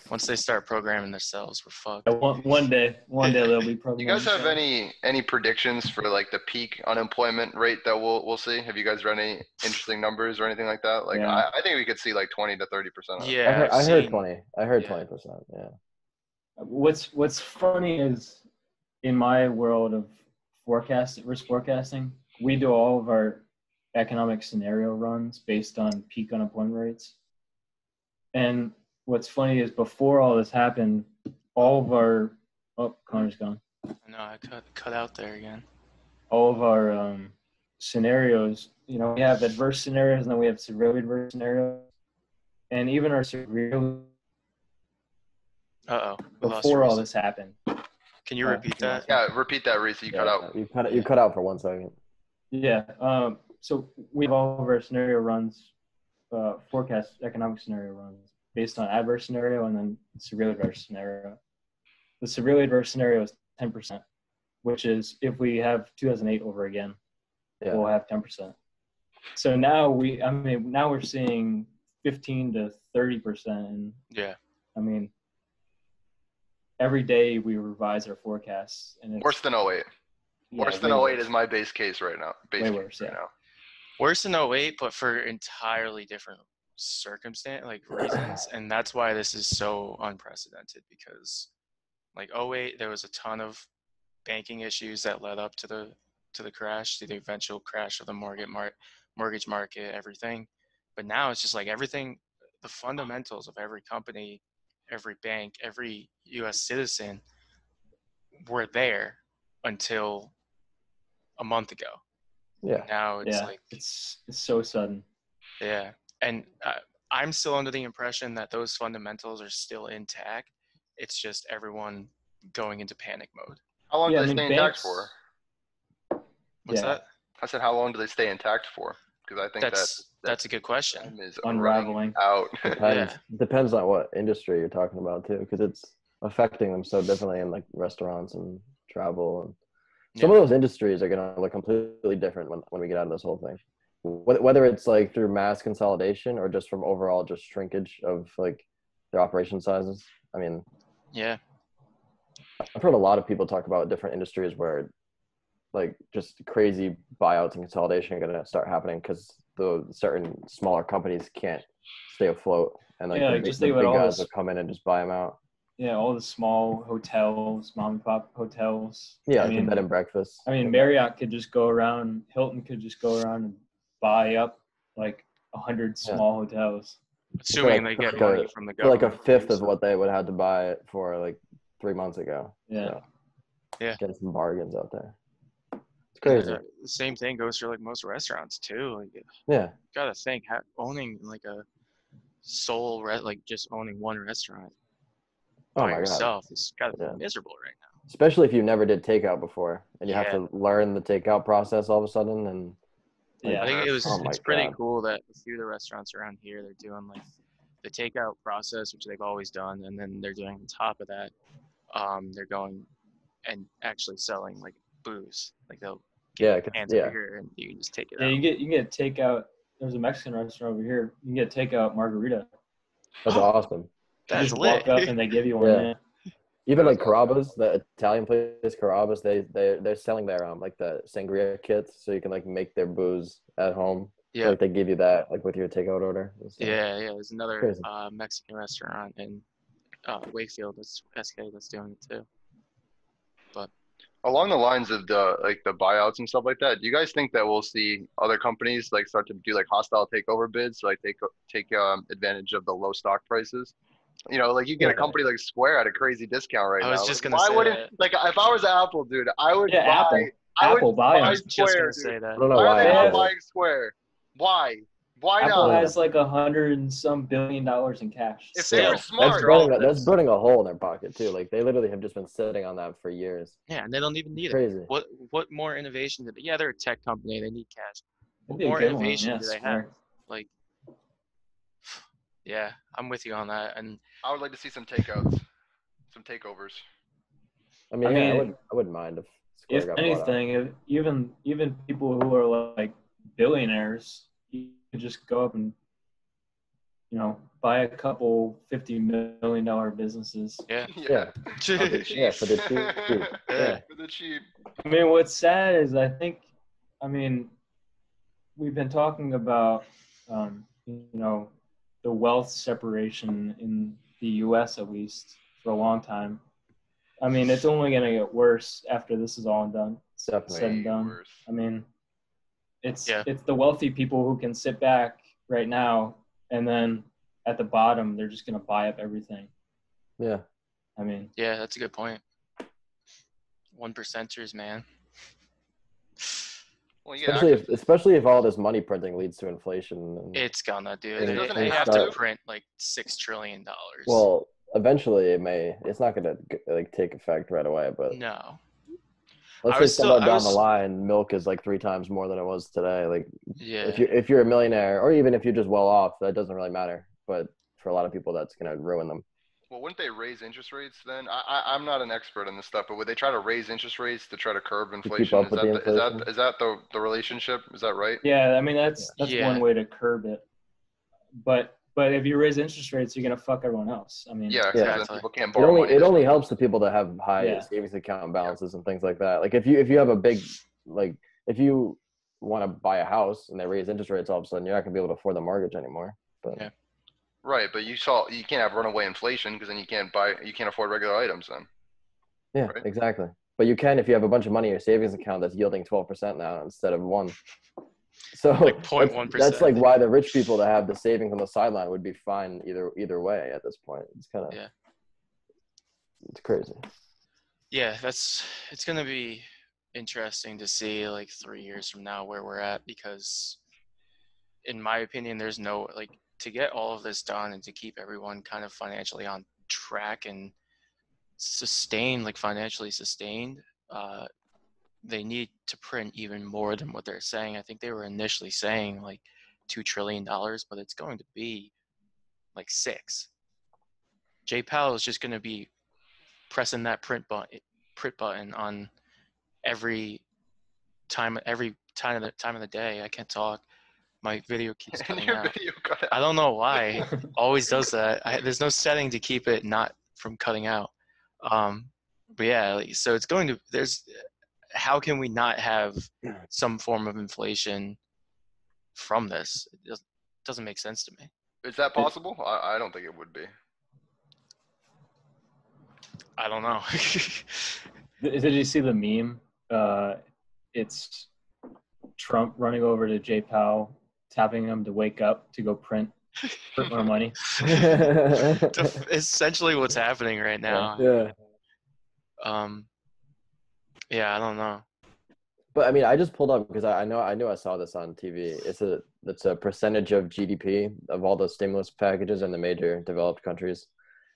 Speaker 6: Once they start programming themselves, we're fucked.
Speaker 7: One, one day, one day they'll be probably.
Speaker 8: You guys have any any predictions for like the peak unemployment rate that we'll we'll see? Have you guys read any interesting numbers or anything like that? Like
Speaker 7: Yeah.
Speaker 8: I, I think we could see like twenty to thirty percent.
Speaker 2: I
Speaker 6: Yeah,
Speaker 2: heard,
Speaker 6: I've
Speaker 2: I heard
Speaker 6: seen-
Speaker 2: twenty. I heard
Speaker 6: yeah.
Speaker 2: twenty percent. Yeah.
Speaker 7: What's What's funny is, in my world of forecast risk forecasting, we do all of our economic scenario runs based on peak unemployment rates. And what's funny is before all this happened, all of our oh Connor's gone.
Speaker 6: No, I cut cut out there again.
Speaker 7: all of our um, scenarios. You know, we have adverse scenarios, and then we have severely adverse scenarios, and even our severely
Speaker 6: Uh oh, we lost you.
Speaker 7: before all
Speaker 6: Reese.
Speaker 7: this happened.
Speaker 6: Can you
Speaker 7: uh,
Speaker 6: repeat that?
Speaker 8: Yeah, repeat that, Reese. You cut
Speaker 2: Yeah,
Speaker 8: out.
Speaker 2: You cut. You cut out for one second.
Speaker 7: Yeah. Um, so we have all of our scenario runs, uh, forecast economic scenario runs based on adverse scenario and then severely adverse scenario. The severely adverse scenario is ten percent, which is if we have 2008 over again.
Speaker 2: Yeah.
Speaker 7: we'll have 10%. So now we, I mean, now we're seeing 15 to 30%. And
Speaker 6: Yeah.
Speaker 7: I mean, every day we revise our forecasts. And it's,
Speaker 8: Worse than 08.
Speaker 7: yeah,
Speaker 8: worse than
Speaker 7: way
Speaker 8: 08 is my base case right now. Base
Speaker 7: Way
Speaker 8: case
Speaker 7: worse,
Speaker 8: right
Speaker 7: yeah.
Speaker 8: now.
Speaker 6: Worse than 08, but for entirely different circumstance, like reasons, and that's why this is so unprecedented because, like 08, there was a ton of banking issues that led up to the to the crash, to the eventual crash of the mortgage mar- mortgage market, everything. But now it's just like everything, the fundamentals of every company, every bank, every U.S. citizen were there until a month ago.
Speaker 2: Yeah.
Speaker 6: Now it's
Speaker 7: Yeah.
Speaker 6: like
Speaker 7: it's, it's so sudden.
Speaker 6: yeah, and uh, I'm still under the impression that those fundamentals are still intact. It's just everyone going into panic mode.
Speaker 8: How long
Speaker 7: Yeah,
Speaker 8: do
Speaker 7: I
Speaker 8: they
Speaker 7: mean,
Speaker 8: stay intact
Speaker 7: banks-
Speaker 8: for?
Speaker 6: What's
Speaker 7: Yeah.
Speaker 6: that?
Speaker 8: I said, how long do they stay intact for? Because I think
Speaker 6: That's
Speaker 8: that
Speaker 6: that's a good
Speaker 8: that
Speaker 6: question.
Speaker 8: time is
Speaker 7: Unraveling.
Speaker 8: running out.
Speaker 2: Depends. Depends on what industry you're talking about too, because it's affecting them so differently in like restaurants and travel and some of those industries are going to look completely different when, when we get out of this whole thing Wh- whether it's like through mass consolidation or just from overall just shrinkage of like their operation sizes i mean
Speaker 6: Yeah,
Speaker 2: i've heard a lot of people talk about different industries where like just crazy buyouts and consolidation are going to start happening because the certain smaller companies can't stay afloat and like
Speaker 7: Yeah,
Speaker 2: the,
Speaker 7: like,
Speaker 2: big-
Speaker 7: just
Speaker 2: the
Speaker 7: think about
Speaker 2: big
Speaker 7: all
Speaker 2: guys
Speaker 7: this-
Speaker 2: will come in and just buy them out
Speaker 7: Yeah. All the small hotels, mom and pop hotels. I
Speaker 2: yeah like the
Speaker 7: mean,
Speaker 2: bed and breakfast
Speaker 7: I mean, Marriott could just go around, Hilton could just go around and buy up like a hundred
Speaker 2: Yeah.
Speaker 7: small hotels.
Speaker 6: assuming
Speaker 2: like-
Speaker 6: they get
Speaker 2: like
Speaker 6: money
Speaker 2: a-
Speaker 6: from the
Speaker 2: for like
Speaker 6: government.
Speaker 2: a fifth of
Speaker 6: so-
Speaker 2: what they would have to buy it for like three months ago
Speaker 7: Yeah.
Speaker 2: get some bargains out there. It's
Speaker 6: Yeah,
Speaker 2: crazy.
Speaker 6: the Same thing goes for like most restaurants too. Like, you
Speaker 2: Yeah.
Speaker 6: gotta think ha- owning like a sole re- like just owning one restaurant
Speaker 2: Oh
Speaker 6: by
Speaker 2: my god.
Speaker 6: yourself is gotta
Speaker 2: Yeah.
Speaker 6: be miserable right now.
Speaker 2: Especially if you never did takeout before and you have to learn the takeout process all of a sudden and Like,
Speaker 7: Yeah.
Speaker 6: I think it was
Speaker 2: Oh my
Speaker 6: it's pretty
Speaker 2: God.
Speaker 6: cool that a few of the restaurants around here they're doing like the takeout process, which they've always done, and then they're doing on top of that, um, they're going and actually selling like booze. Like they'll
Speaker 2: Yeah,
Speaker 6: get
Speaker 2: 'cause-
Speaker 6: cans
Speaker 2: yeah.
Speaker 6: of beer and you can just take it
Speaker 7: Yeah,
Speaker 6: out.
Speaker 7: you get you get takeout. There's a Mexican restaurant over here. You can get takeout margarita.
Speaker 2: that's awesome.
Speaker 7: You
Speaker 6: That's
Speaker 7: just
Speaker 6: lit.
Speaker 7: walk up and they give you one.
Speaker 2: Yeah.
Speaker 7: yeah.
Speaker 2: Even like
Speaker 8: That's awesome.
Speaker 2: Carrabba's, the Italian place Carrabba's, they they they're selling their um like the sangria kits so you can like make their booze at home. So,
Speaker 6: Yeah.
Speaker 2: like they give you that like with your takeout order. and stuff.
Speaker 6: Yeah, yeah. There's another
Speaker 2: Crazy.
Speaker 6: uh, Mexican restaurant in uh, Wakefield that's SK that's doing it too.
Speaker 8: Along the lines of the like the buyouts and stuff like that, do you guys think that we'll see other companies like start to do like hostile takeover bids, like take take um, advantage of the low stock prices? You know, like you get a
Speaker 2: Yeah.
Speaker 8: company like Square at a crazy discount right
Speaker 6: I
Speaker 8: now.
Speaker 6: was just
Speaker 8: Like,
Speaker 6: gonna
Speaker 8: why
Speaker 6: say
Speaker 8: wouldn't
Speaker 6: that.
Speaker 8: like if I was Apple, dude, I would
Speaker 7: Yeah,
Speaker 8: buy.
Speaker 7: Apple.
Speaker 8: I would
Speaker 7: Apple buy
Speaker 8: buy
Speaker 7: them.
Speaker 6: I was just
Speaker 8: Square,
Speaker 6: gonna
Speaker 8: dude.
Speaker 6: say
Speaker 2: I
Speaker 6: that.
Speaker 2: don't know
Speaker 8: Why
Speaker 2: why.
Speaker 8: are they
Speaker 7: Yeah.
Speaker 8: not
Speaker 2: Apple-
Speaker 8: buying Square? Why? Why
Speaker 7: Apple
Speaker 8: not?
Speaker 2: Absolutely.
Speaker 7: has like a hundred and some billion dollars in cash.
Speaker 8: If they were
Speaker 6: Still, that's
Speaker 8: smart,
Speaker 6: growing
Speaker 2: burning, a- that's burning a hole in their pocket too. Like they literally have just been sitting on that for years.
Speaker 6: Yeah, and they don't even need it.
Speaker 2: Crazy.
Speaker 6: What what more innovation? Did they, yeah, they're a tech company. They need cash.
Speaker 7: That'd be a
Speaker 6: More
Speaker 7: good one,
Speaker 6: innovation
Speaker 7: yeah,
Speaker 6: do they
Speaker 7: smart.
Speaker 6: have? Like, yeah, I'm with you on that. And
Speaker 8: I would like to see some takeouts, some takeovers.
Speaker 2: I mean,
Speaker 7: I
Speaker 2: yeah, I
Speaker 7: mean,
Speaker 2: wouldn't. I wouldn't mind if. Square
Speaker 7: If
Speaker 2: got bought out.
Speaker 7: anything, if even even people who are like billionaires, you could just go up and you know buy a couple fifty million dollar businesses.
Speaker 6: yeah,
Speaker 2: Yeah. Yeah, for the cheap. cheap. Yeah.
Speaker 8: For the cheap.
Speaker 7: I mean, what's sad is I think, I mean, we've been talking about, um, you know, the wealth separation in the U.S. at least for a long time. I mean, it's only going to get worse after this is all done.
Speaker 2: Definitely.
Speaker 7: Said and
Speaker 8: Way
Speaker 7: done.
Speaker 8: worse.
Speaker 7: I mean, it's
Speaker 6: Yeah.
Speaker 7: it's the wealthy people who can sit back right now, and then at the bottom they're just going to buy up everything.
Speaker 2: Yeah.
Speaker 7: I mean,
Speaker 6: yeah, that's a good point. One percenters, man.
Speaker 8: Well, yeah.
Speaker 2: Especially if, especially if all this money printing leads to inflation. And,
Speaker 6: It's gonna do.
Speaker 2: And
Speaker 6: They,
Speaker 8: it
Speaker 6: they
Speaker 8: doesn't
Speaker 6: have
Speaker 8: have
Speaker 6: to
Speaker 8: to.
Speaker 6: print like six trillion dollars.
Speaker 2: well, eventually it may. It's not going to like take effect right away, but
Speaker 6: no.
Speaker 2: let's
Speaker 6: I
Speaker 2: say
Speaker 6: was still-
Speaker 2: somehow
Speaker 6: I
Speaker 2: down the
Speaker 6: was-
Speaker 2: line, milk is like three times more than it was today. Like
Speaker 6: Yeah.
Speaker 2: if you if you're a millionaire, or even if you're just well off, that doesn't really matter. But for a lot of people, that's going to ruin them.
Speaker 8: Well, wouldn't they raise interest rates then? I, I, I'm not an expert on this stuff, but would they try to raise interest rates to try to curb inflation?
Speaker 2: up
Speaker 8: Is
Speaker 2: with
Speaker 8: that,
Speaker 2: the
Speaker 8: the, is that
Speaker 2: inflation?
Speaker 8: is that the, the relationship? Is that right?
Speaker 7: Yeah, I mean that's that's
Speaker 6: Yeah.
Speaker 7: one way to curb it. But but if you raise interest rates, you're gonna fuck everyone else. I mean,
Speaker 8: Yeah, 'cause then
Speaker 6: Exactly.
Speaker 8: people can't
Speaker 2: Mm, It
Speaker 8: borrow
Speaker 2: only
Speaker 8: money.
Speaker 2: it only helps the people that have high
Speaker 7: Yeah.
Speaker 2: savings account balances and things like that. Like if you if you have a big like if you want to buy a house and they raise interest rates all of a sudden, you're not going to be able to afford the mortgage anymore. But
Speaker 6: Yeah.
Speaker 8: Right, but you saw you can't have runaway inflation because then you can't buy you can't afford regular items then.
Speaker 2: Yeah,
Speaker 8: Right?
Speaker 2: exactly. But you can if you have a bunch of money in your savings account that's yielding twelve percent now instead of one. So
Speaker 6: Like
Speaker 2: that's-
Speaker 6: 0.1%.
Speaker 2: That's like why the rich people that have the savings on the sideline would be fine either either way at this point. It's kind of
Speaker 6: Yeah.
Speaker 2: It's crazy.
Speaker 6: yeah that's it's going to be interesting to see like three years from now where we're at because in my opinion there's no like to get all of this done and to keep everyone kind of financially on track and sustained like financially sustained uh they need to print even more than what they're saying i think they were initially saying like two trillion dollars but it's going to be like six jay powell is just going to be pressing that print button print button on every time every time of the time of the day. I can't talk. My video keeps
Speaker 8: And
Speaker 6: cutting
Speaker 8: your
Speaker 6: out.
Speaker 8: video cut out.
Speaker 6: I don't know why. it Always does that. I, there's no setting to keep it not from cutting out. Um, but yeah, like, so it's going to there's. How can we not have some form of inflation from this? It doesn't, doesn't make sense to me.
Speaker 8: Is that possible? I, I don't think it would be.
Speaker 6: I don't know.
Speaker 7: Did did you see the meme? Uh, it's Trump running over to Jay Powell, tapping him to wake up to go print print more money.
Speaker 2: yeah.
Speaker 6: Essentially, what's happening right now. Um, yeah, I don't know.
Speaker 2: But I mean, I just pulled up because I, I know I knew I saw this on TV. It's a it's a percentage of GDP of all the stimulus packages in the major developed countries,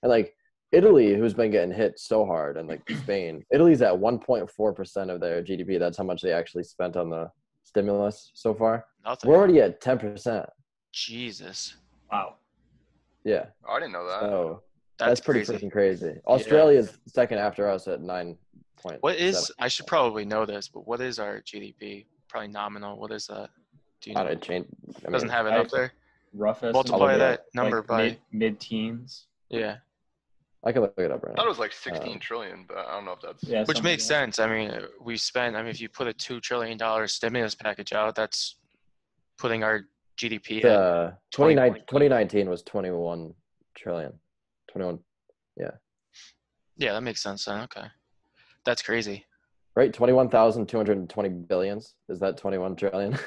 Speaker 2: and like Italy, who's been getting hit so hard, and like Spain, Italy's at one point four percent of their GDP. That's how much they actually spent on the stimulus so far.
Speaker 6: Nothing.
Speaker 2: We're already at ten percent.
Speaker 6: Jesus,
Speaker 7: Wow.
Speaker 2: Yeah,
Speaker 8: I didn't know that.
Speaker 2: so
Speaker 6: Uh, that's,
Speaker 2: that's, pretty
Speaker 6: crazy.
Speaker 2: freaking crazy. Australia's second after us at nine point.
Speaker 6: What is? I should probably know this, but what is our GDP? Probably nominal. What is that? Do you
Speaker 2: I
Speaker 6: know?
Speaker 2: don't change. I mean,
Speaker 6: Doesn't have it
Speaker 7: I-
Speaker 6: up there.
Speaker 7: Rough estimate.
Speaker 6: Multiply
Speaker 2: I'll look it
Speaker 6: that number
Speaker 7: like
Speaker 6: by
Speaker 7: mid, mid-teens.
Speaker 6: yeah,
Speaker 2: I can look it up
Speaker 6: Oh,
Speaker 8: I
Speaker 2: right now.
Speaker 8: thought it was like 16
Speaker 2: Um,
Speaker 8: trillion, but I don't know if that's.
Speaker 7: Yeah,
Speaker 6: which
Speaker 7: something
Speaker 6: makes
Speaker 7: like
Speaker 6: sense. I mean, uh, we spent. I mean, if you put a two trillion dollar stimulus package out, that's putting our GDP at
Speaker 2: Uh, 29
Speaker 6: 20.8.
Speaker 2: 2019 was 21 trillion. 21,
Speaker 6: Yeah, that makes sense. Then. Okay, that's crazy.
Speaker 2: right? 21,220 billions. Is that 21 trillion?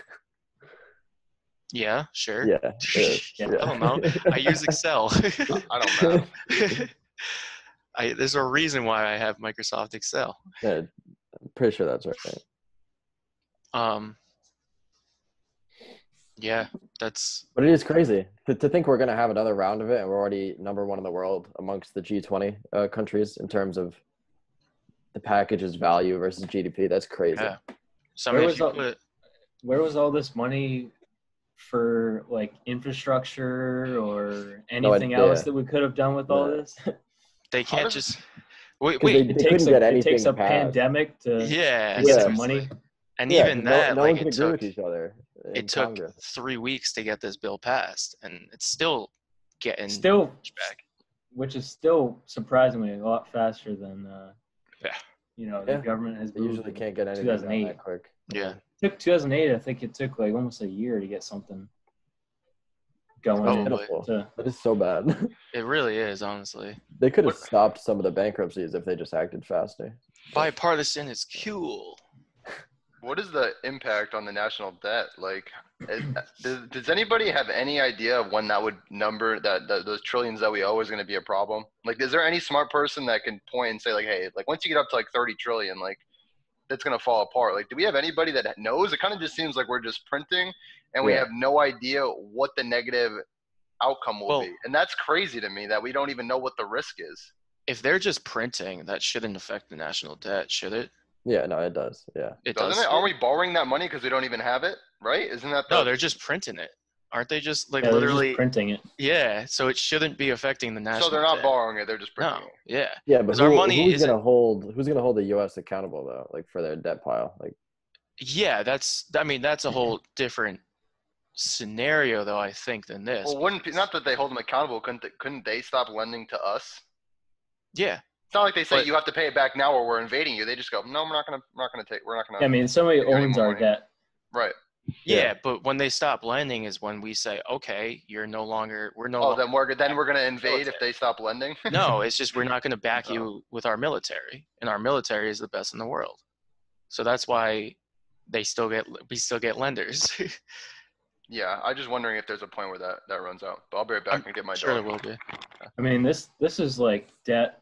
Speaker 6: Yeah, sure.
Speaker 2: yeah. it is.
Speaker 7: Yeah.
Speaker 6: I don't know. I use Excel.
Speaker 8: I don't know.
Speaker 6: I, there's a reason why I have Microsoft Excel.
Speaker 2: Yeah, I'm pretty sure that's right.
Speaker 6: Um, Yeah, that's
Speaker 2: But it is crazy to, to think we're going to have another round of it, and we're already number one in the world amongst the G20 uh, countries in terms of the package's value versus GDP. That's crazy.
Speaker 6: yeah. So I
Speaker 7: Where
Speaker 6: mean,
Speaker 7: was
Speaker 6: if you
Speaker 7: that-
Speaker 6: put
Speaker 7: Where was all this money for like infrastructure or anything else
Speaker 2: idea.
Speaker 7: that we could have done with all
Speaker 2: Yeah.
Speaker 7: this?
Speaker 6: they
Speaker 8: How
Speaker 6: can't
Speaker 8: does-
Speaker 6: just wait.
Speaker 2: 'Cause they-
Speaker 6: Wait,
Speaker 7: It
Speaker 2: They
Speaker 7: takes
Speaker 2: couldn't
Speaker 7: a,
Speaker 2: get
Speaker 7: it takes
Speaker 2: anything
Speaker 7: a
Speaker 2: passed.
Speaker 7: pandemic to
Speaker 6: yeah,
Speaker 7: get some
Speaker 6: seriously.
Speaker 7: uh, money.
Speaker 6: and
Speaker 2: Yeah,
Speaker 6: even
Speaker 2: 'cause no-
Speaker 6: that,
Speaker 2: no,
Speaker 6: like
Speaker 2: one can
Speaker 6: it
Speaker 2: agree
Speaker 6: took
Speaker 2: with each other. in
Speaker 6: it took
Speaker 2: Congress.
Speaker 6: three weeks to get this bill passed, and it's still getting
Speaker 7: Still,
Speaker 6: pushback.
Speaker 7: which is still surprisingly a lot faster than uh,
Speaker 6: Yeah.
Speaker 7: you know
Speaker 2: Yeah.
Speaker 7: the government has
Speaker 2: They usually
Speaker 7: moved.
Speaker 2: can't get anything done
Speaker 7: 2008.
Speaker 2: that quick.
Speaker 6: Yeah.
Speaker 7: took 2008 i think it took like almost a year to get something going
Speaker 6: Oh,
Speaker 7: in
Speaker 6: Probably.
Speaker 2: Pitiful.
Speaker 7: to-
Speaker 2: That is so bad.
Speaker 6: It really is, honestly.
Speaker 2: they could have
Speaker 6: What-
Speaker 2: stopped some of the bankruptcies if they just acted faster.
Speaker 6: Bipartisan is cool.
Speaker 8: What is the impact on the national debt? Like, is- does, does anybody have any idea of when that would number that, that those trillions that we owe is going to be a problem? Like, is there any smart person that can point and say like, hey, like once you get up to like thirty trillion, like that's going to fall apart? Like, do we have anybody that knows? It kind of just seems like we're just printing, and we
Speaker 2: Yeah.
Speaker 8: have no idea what the negative outcome will
Speaker 6: Well-
Speaker 8: be, and that's crazy to me that we don't even know what the risk is.
Speaker 6: If they're just printing, that shouldn't affect the national debt, should it?
Speaker 2: Yeah, no, it does. Yeah.
Speaker 6: It
Speaker 8: Doesn't
Speaker 6: does.
Speaker 8: it? Aren't we borrowing that money because we don't even have it? Right? Isn't that the
Speaker 6: No, they're just printing it. Aren't they just like
Speaker 7: yeah, they're just
Speaker 6: literally?
Speaker 7: printing it
Speaker 6: Yeah. So it shouldn't be affecting the national.
Speaker 8: so they're not
Speaker 6: debt.
Speaker 8: borrowing it; they're just printing.
Speaker 6: No.
Speaker 8: it.
Speaker 6: Yeah.
Speaker 2: Yeah, but
Speaker 6: 'Cause our
Speaker 2: who-
Speaker 6: money
Speaker 2: who's
Speaker 6: isn't-
Speaker 2: gonna hold who's gonna hold the US accountable though, like for their debt pile? Like
Speaker 6: Yeah. That's. I mean, that's a
Speaker 8: Mm-hmm.
Speaker 6: whole different scenario, though. I think than this.
Speaker 8: Well, wouldn't pe- not that they hold them accountable? Couldn't they, couldn't they stop lending to us?
Speaker 6: yeah.
Speaker 8: It's not like they say
Speaker 6: But-
Speaker 8: you have to pay it back now or we're invading you. They just go, no, we're not gonna, we're not gonna take, we're not gonna.
Speaker 7: i mean somebody
Speaker 8: They got any
Speaker 7: owns
Speaker 8: more
Speaker 7: our
Speaker 8: money.
Speaker 7: debt
Speaker 8: right?
Speaker 6: Yeah.
Speaker 2: Yeah.
Speaker 6: But when they stop lending, is when we say, okay, you're no longer. We're no.
Speaker 8: Oh,
Speaker 6: longer.
Speaker 8: then we're then we're gonna invade if they stop lending.
Speaker 6: no, it's just we're not going to back
Speaker 8: No.
Speaker 6: you with our military, and our military is the best in the world. So that's why they still get we still get lenders.
Speaker 8: yeah, I'm just wondering if there's a point where that that runs out. But I'll be right back
Speaker 6: I'm
Speaker 8: and get my
Speaker 6: sure, there
Speaker 8: dog.
Speaker 6: will be.
Speaker 7: i mean this this is like debt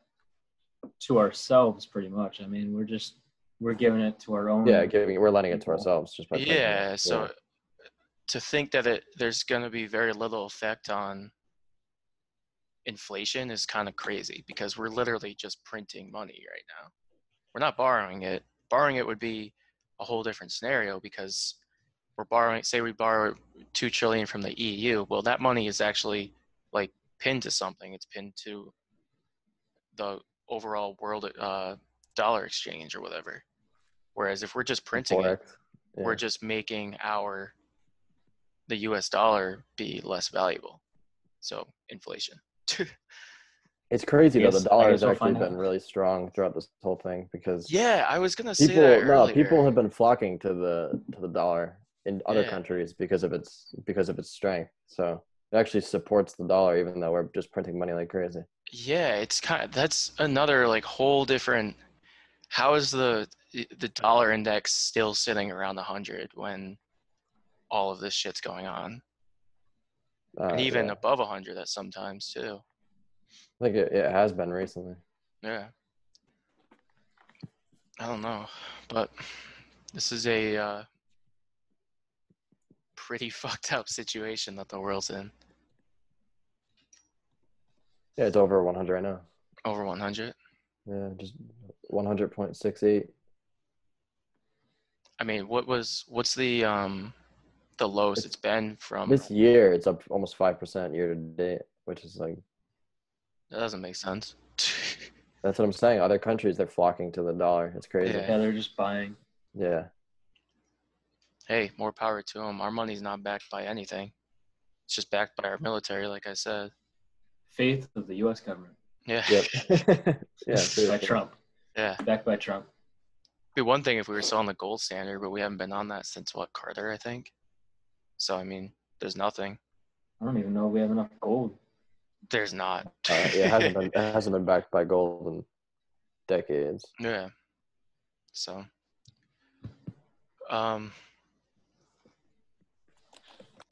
Speaker 7: to ourselves pretty much i mean we're just we're giving it to our own
Speaker 2: yeah, giving we're lending it to
Speaker 7: people.
Speaker 2: ourselves just by printing it.
Speaker 6: Yeah. So to think that it there's going to be very little effect on inflation is kind of crazy because we're literally just printing money right now. We're not borrowing it. Borrowing it would be a whole different scenario because we're borrowing say we borrow 2 trillion from the EU, well that money is actually like pinned to something. It's pinned to the overall world uh, dollar exchange or whatever. Whereas if we're just printing it,
Speaker 2: Forex. Yeah.
Speaker 6: we're just making our the US dollar be less valuable. So inflation.
Speaker 2: It's crazy though.
Speaker 7: Yes,
Speaker 2: The
Speaker 7: I
Speaker 2: dollar
Speaker 7: guess
Speaker 2: has
Speaker 7: we'll
Speaker 2: actually
Speaker 7: find out.
Speaker 2: been really strong throughout this whole thing because
Speaker 6: yeah, I was gonna say
Speaker 2: people
Speaker 6: that
Speaker 2: no
Speaker 6: earlier.
Speaker 2: people have been flocking to the to the dollar in other
Speaker 6: Yeah.
Speaker 2: countries because of its because of its strength. So it actually supports the dollar even though we're just printing money like crazy.
Speaker 6: yeah, it's kind of that's another like whole different. How is the the dollar index still sitting around hundred when all of this shit's going on,
Speaker 2: Uh,
Speaker 6: and even
Speaker 2: yeah.
Speaker 6: above hundred at sometimes too?
Speaker 2: I think it, it has been recently.
Speaker 6: Yeah. I don't know, but this is a uh, pretty fucked up situation that the world's in.
Speaker 2: Yeah, it's over 100 right now.
Speaker 6: Over 100.
Speaker 2: Yeah, just 100.68.
Speaker 6: I mean, what was what's the um the lowest it's been from?
Speaker 2: This year, it's up almost 5% year to date, which is like,
Speaker 6: That doesn't make sense.
Speaker 2: that's what I'm saying. Other countries, they're flocking to the dollar. It's crazy.
Speaker 6: Yeah.
Speaker 2: Yeah.
Speaker 7: yeah they're just buying
Speaker 6: hey, more power to them. Our money's not backed by anything. It's just backed by our military, like I said.
Speaker 7: faith of the us government
Speaker 6: Yeah.
Speaker 2: Yep. yeah.
Speaker 7: by
Speaker 2: seriously.
Speaker 7: trump
Speaker 6: Yeah.
Speaker 7: backed by trump
Speaker 6: be one thing if we were still on the gold standard, but we haven't been on that since what Carter, I think. So I mean, there's nothing.
Speaker 7: i don't even know if we have enough gold
Speaker 6: There's not.
Speaker 2: Uh, yeah, it hasn't been, it hasn't been backed by gold in decades.
Speaker 6: Yeah. So. Um.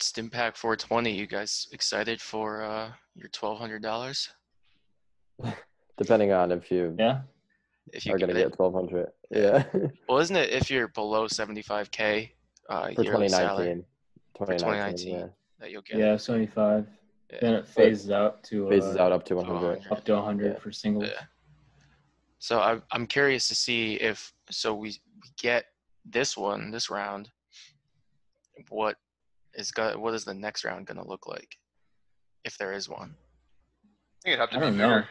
Speaker 6: Stimpack 420. You guys excited for uh your twelve hundred dollars?
Speaker 2: Depending on if you
Speaker 7: yeah
Speaker 6: If you
Speaker 2: are going
Speaker 6: get
Speaker 2: to
Speaker 6: it.
Speaker 2: get 1200. Yeah.
Speaker 6: Well, isn't it if you're below seventy five k? Uh,
Speaker 2: For
Speaker 6: yearly salary?
Speaker 2: 2019.
Speaker 6: 2019. that you'll get.
Speaker 7: Yeah, 75.
Speaker 6: Yeah.
Speaker 7: Then it phases out to uh,
Speaker 2: Phases out up to 100.
Speaker 6: 100.
Speaker 7: up to 100
Speaker 2: Yeah.
Speaker 7: for singles.
Speaker 6: Yeah. So I'm I'm curious to see if so we we get this one this round. What is go, what is the next round going to look like, if there is one?
Speaker 8: think it'd have to
Speaker 7: I
Speaker 8: be
Speaker 7: don't know.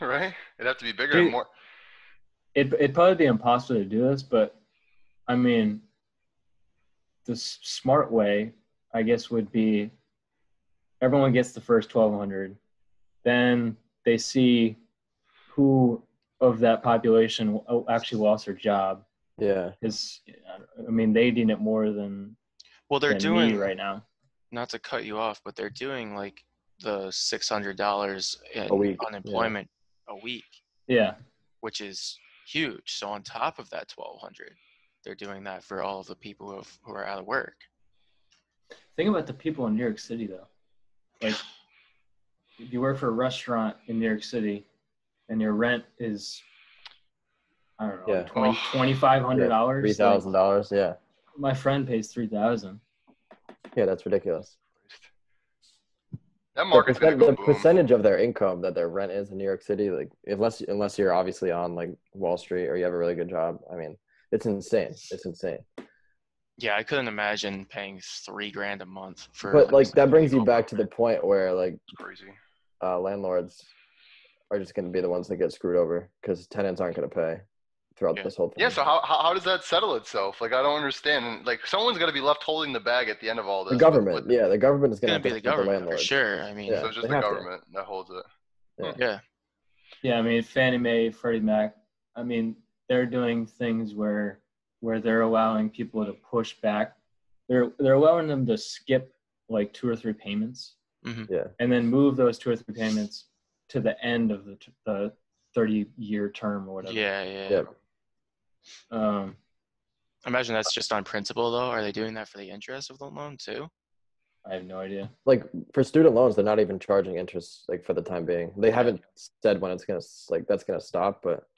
Speaker 8: bigger, right? It'd have to be bigger
Speaker 7: Dude.
Speaker 8: and more.
Speaker 7: It, it'd probably be impossible to do this, but I mean, the s- smart way, I guess, would be everyone gets the first 1,200. Then they see who of that population w- oh, actually lost their job.
Speaker 2: Yeah.
Speaker 7: Because, I mean, they need it more than,
Speaker 6: Well, they're
Speaker 7: than
Speaker 6: doing
Speaker 7: me right now.
Speaker 6: not to cut you off, but they're doing like the six hundred dollars in
Speaker 2: A week, yeah.
Speaker 6: unemployment a week,
Speaker 7: Yeah.
Speaker 6: which is huge. So on top of that twelve hundred, they're doing that for all of the people who, have, who are out of work.
Speaker 7: Think about the people in New York City, though. Like, if you work for a restaurant in New York City, and your rent is, I don't know,
Speaker 2: Yeah.
Speaker 7: twenty
Speaker 8: Oh.
Speaker 7: twenty five hundred dollars.
Speaker 2: Three thousand dollars. Yeah.
Speaker 7: my friend pays three thousand.
Speaker 2: Yeah, that's ridiculous.
Speaker 8: That
Speaker 2: The,
Speaker 8: market's
Speaker 2: percent-
Speaker 8: gonna
Speaker 2: the
Speaker 8: go boom.
Speaker 2: percentage of their income that their rent is in New York City, like unless unless you're obviously on like Wall Street or you have a really good job, I mean, it's insane. It's insane.
Speaker 6: Yeah, I couldn't imagine paying three grand a month for.
Speaker 2: But like that
Speaker 6: some
Speaker 2: brings you
Speaker 6: people.
Speaker 2: back to the point where like
Speaker 8: Crazy.
Speaker 2: uh, landlords are just going to be the ones that get screwed over because tenants aren't going to pay throughout
Speaker 6: Yeah.
Speaker 2: this whole thing.
Speaker 8: Yeah. So how, how how does that settle itself? Like I don't understand. Like someone's gonna be left holding the bag at the end of all this.
Speaker 2: the
Speaker 8: with-
Speaker 2: government?
Speaker 8: with-
Speaker 2: Yeah, the government is
Speaker 6: It's
Speaker 2: going
Speaker 6: gonna
Speaker 2: to
Speaker 6: be the government for sure. I mean,
Speaker 2: Yeah,
Speaker 8: So it's just
Speaker 2: they
Speaker 8: the
Speaker 2: have to.
Speaker 8: government that holds it.
Speaker 2: Yeah.
Speaker 6: yeah.
Speaker 7: Yeah, I mean Fannie Mae, Freddie Mac. I mean they're doing things where where they're allowing people to push back. They're they're allowing them to skip like two or three payments.
Speaker 6: Mhm.
Speaker 2: Yeah.
Speaker 7: And then move those two or three payments to the end of the t- the thirty year term or whatever.
Speaker 6: Yeah, yeah,
Speaker 2: Yeah.
Speaker 7: Um,
Speaker 6: Imagine that's just on principle, though. Are they doing that for the interest of the loan too?
Speaker 7: I have no idea.
Speaker 2: Like for student loans, they're not even charging interest like for the time being. They haven't said when it's going to like that's going to stop, but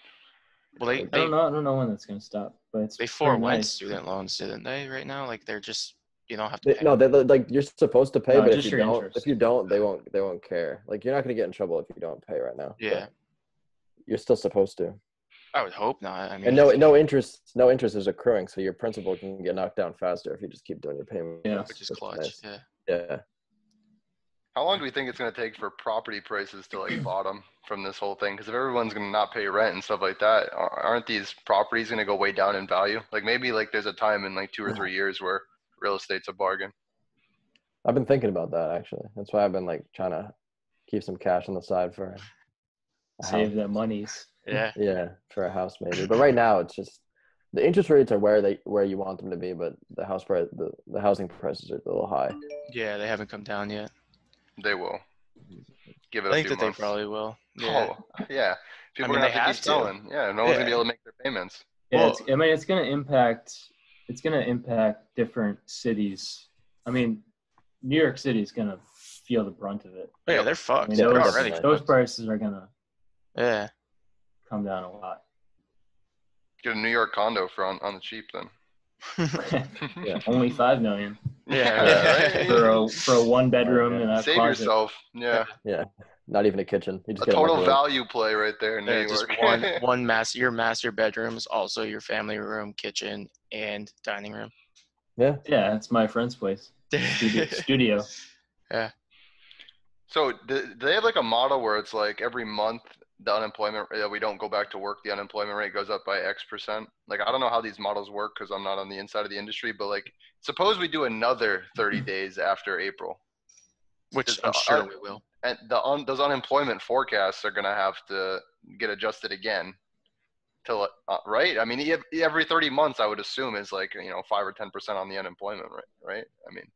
Speaker 6: Well, they
Speaker 7: I
Speaker 6: they,
Speaker 7: don't know. I don't know when that's gonna stop, but it's
Speaker 6: they
Speaker 7: pretty
Speaker 6: forewent
Speaker 7: nice.
Speaker 6: student loans, didn't they? Right now, like they're just you don't have to.
Speaker 2: They,
Speaker 6: Pay.
Speaker 2: no, they like you're supposed to pay,
Speaker 7: No,
Speaker 2: but if
Speaker 7: just
Speaker 2: you
Speaker 7: your
Speaker 2: don't,
Speaker 7: interest.
Speaker 2: if you don't, they won't, they won't care. Like you're not gonna get in trouble if you don't pay right now.
Speaker 6: Yeah.
Speaker 2: but you're still supposed to.
Speaker 6: I would hope not. I mean,
Speaker 2: And no, no interest, no interest is accruing, so your principal can get knocked down faster if you just keep doing your payments.
Speaker 7: Yeah.
Speaker 6: which is
Speaker 2: which is
Speaker 6: clutch.
Speaker 2: nice.
Speaker 6: Yeah.
Speaker 2: Yeah,
Speaker 8: How long do we think it's going to take for property prices to like bottom from this whole thing? Because if everyone's going to not pay rent and stuff like that, ar- aren't these properties going to go way down in value? Like maybe like there's a time in like two or three years where real estate's a bargain.
Speaker 2: I've been thinking about that actually. That's why I've been like trying to keep some cash on the side for a
Speaker 7: Save
Speaker 2: house.
Speaker 7: the monies.
Speaker 6: Yeah.
Speaker 2: Yeah, for a house maybe. But right now, it's just the interest rates are where they where you want them to be, but the house price, the, the housing prices are a little high.
Speaker 6: Yeah. They haven't come down yet.
Speaker 8: They will give it.
Speaker 6: I
Speaker 8: a
Speaker 6: think
Speaker 8: few
Speaker 6: that they
Speaker 8: months.
Speaker 6: probably will. Yeah.
Speaker 8: Oh, yeah. People
Speaker 6: mean,
Speaker 8: are
Speaker 6: they
Speaker 8: going to have to keep
Speaker 6: have to.
Speaker 8: selling. Yeah, no one's going to
Speaker 6: Yeah.
Speaker 8: be able to make their payments.
Speaker 7: Yeah,
Speaker 6: Well-
Speaker 7: it's, I mean, it's gonna impact. It's gonna impact different cities. I mean, New York City is gonna feel the brunt of it.
Speaker 6: Yeah. They're
Speaker 7: I
Speaker 6: fucked.
Speaker 7: mean,
Speaker 2: Yeah,
Speaker 6: they're
Speaker 2: they're
Speaker 6: already.
Speaker 7: those,
Speaker 2: definitely.
Speaker 7: those prices are gonna
Speaker 6: Yeah.
Speaker 7: come down a lot.
Speaker 8: Get a New York condo for on, on the cheap then.
Speaker 2: Yeah.
Speaker 7: Only five million
Speaker 6: Yeah.
Speaker 8: Yeah,
Speaker 6: right.
Speaker 7: for a for a one bedroom and a
Speaker 8: Save
Speaker 7: closet.
Speaker 8: yourself. Yeah.
Speaker 2: Not even a kitchen. You just
Speaker 8: A
Speaker 2: get
Speaker 8: total
Speaker 2: microwave.
Speaker 8: value play right there in New
Speaker 6: Yeah,
Speaker 8: York.
Speaker 6: just one one master your master bedroom is also your family room, kitchen, and dining room.
Speaker 2: Yeah.
Speaker 7: Yeah, it's my friend's place. Studio. studio.
Speaker 8: So do, do they have like a model where it's like every month the unemployment uh, we don't go back to work, the unemployment rate goes up by X percent? Like I don't know how these models work because I'm not on the inside of the industry, but like suppose we do another 30
Speaker 2: Mm-hmm.
Speaker 8: days after April,
Speaker 6: which
Speaker 8: Just,
Speaker 6: I'm
Speaker 8: uh,
Speaker 6: sure
Speaker 8: uh,
Speaker 6: we will.
Speaker 8: and the un, those unemployment forecasts are gonna have to get adjusted again. To, uh, right? I mean, ev- every 30 months, I would assume is like you know five or 10 percent on the unemployment rate, right? I mean,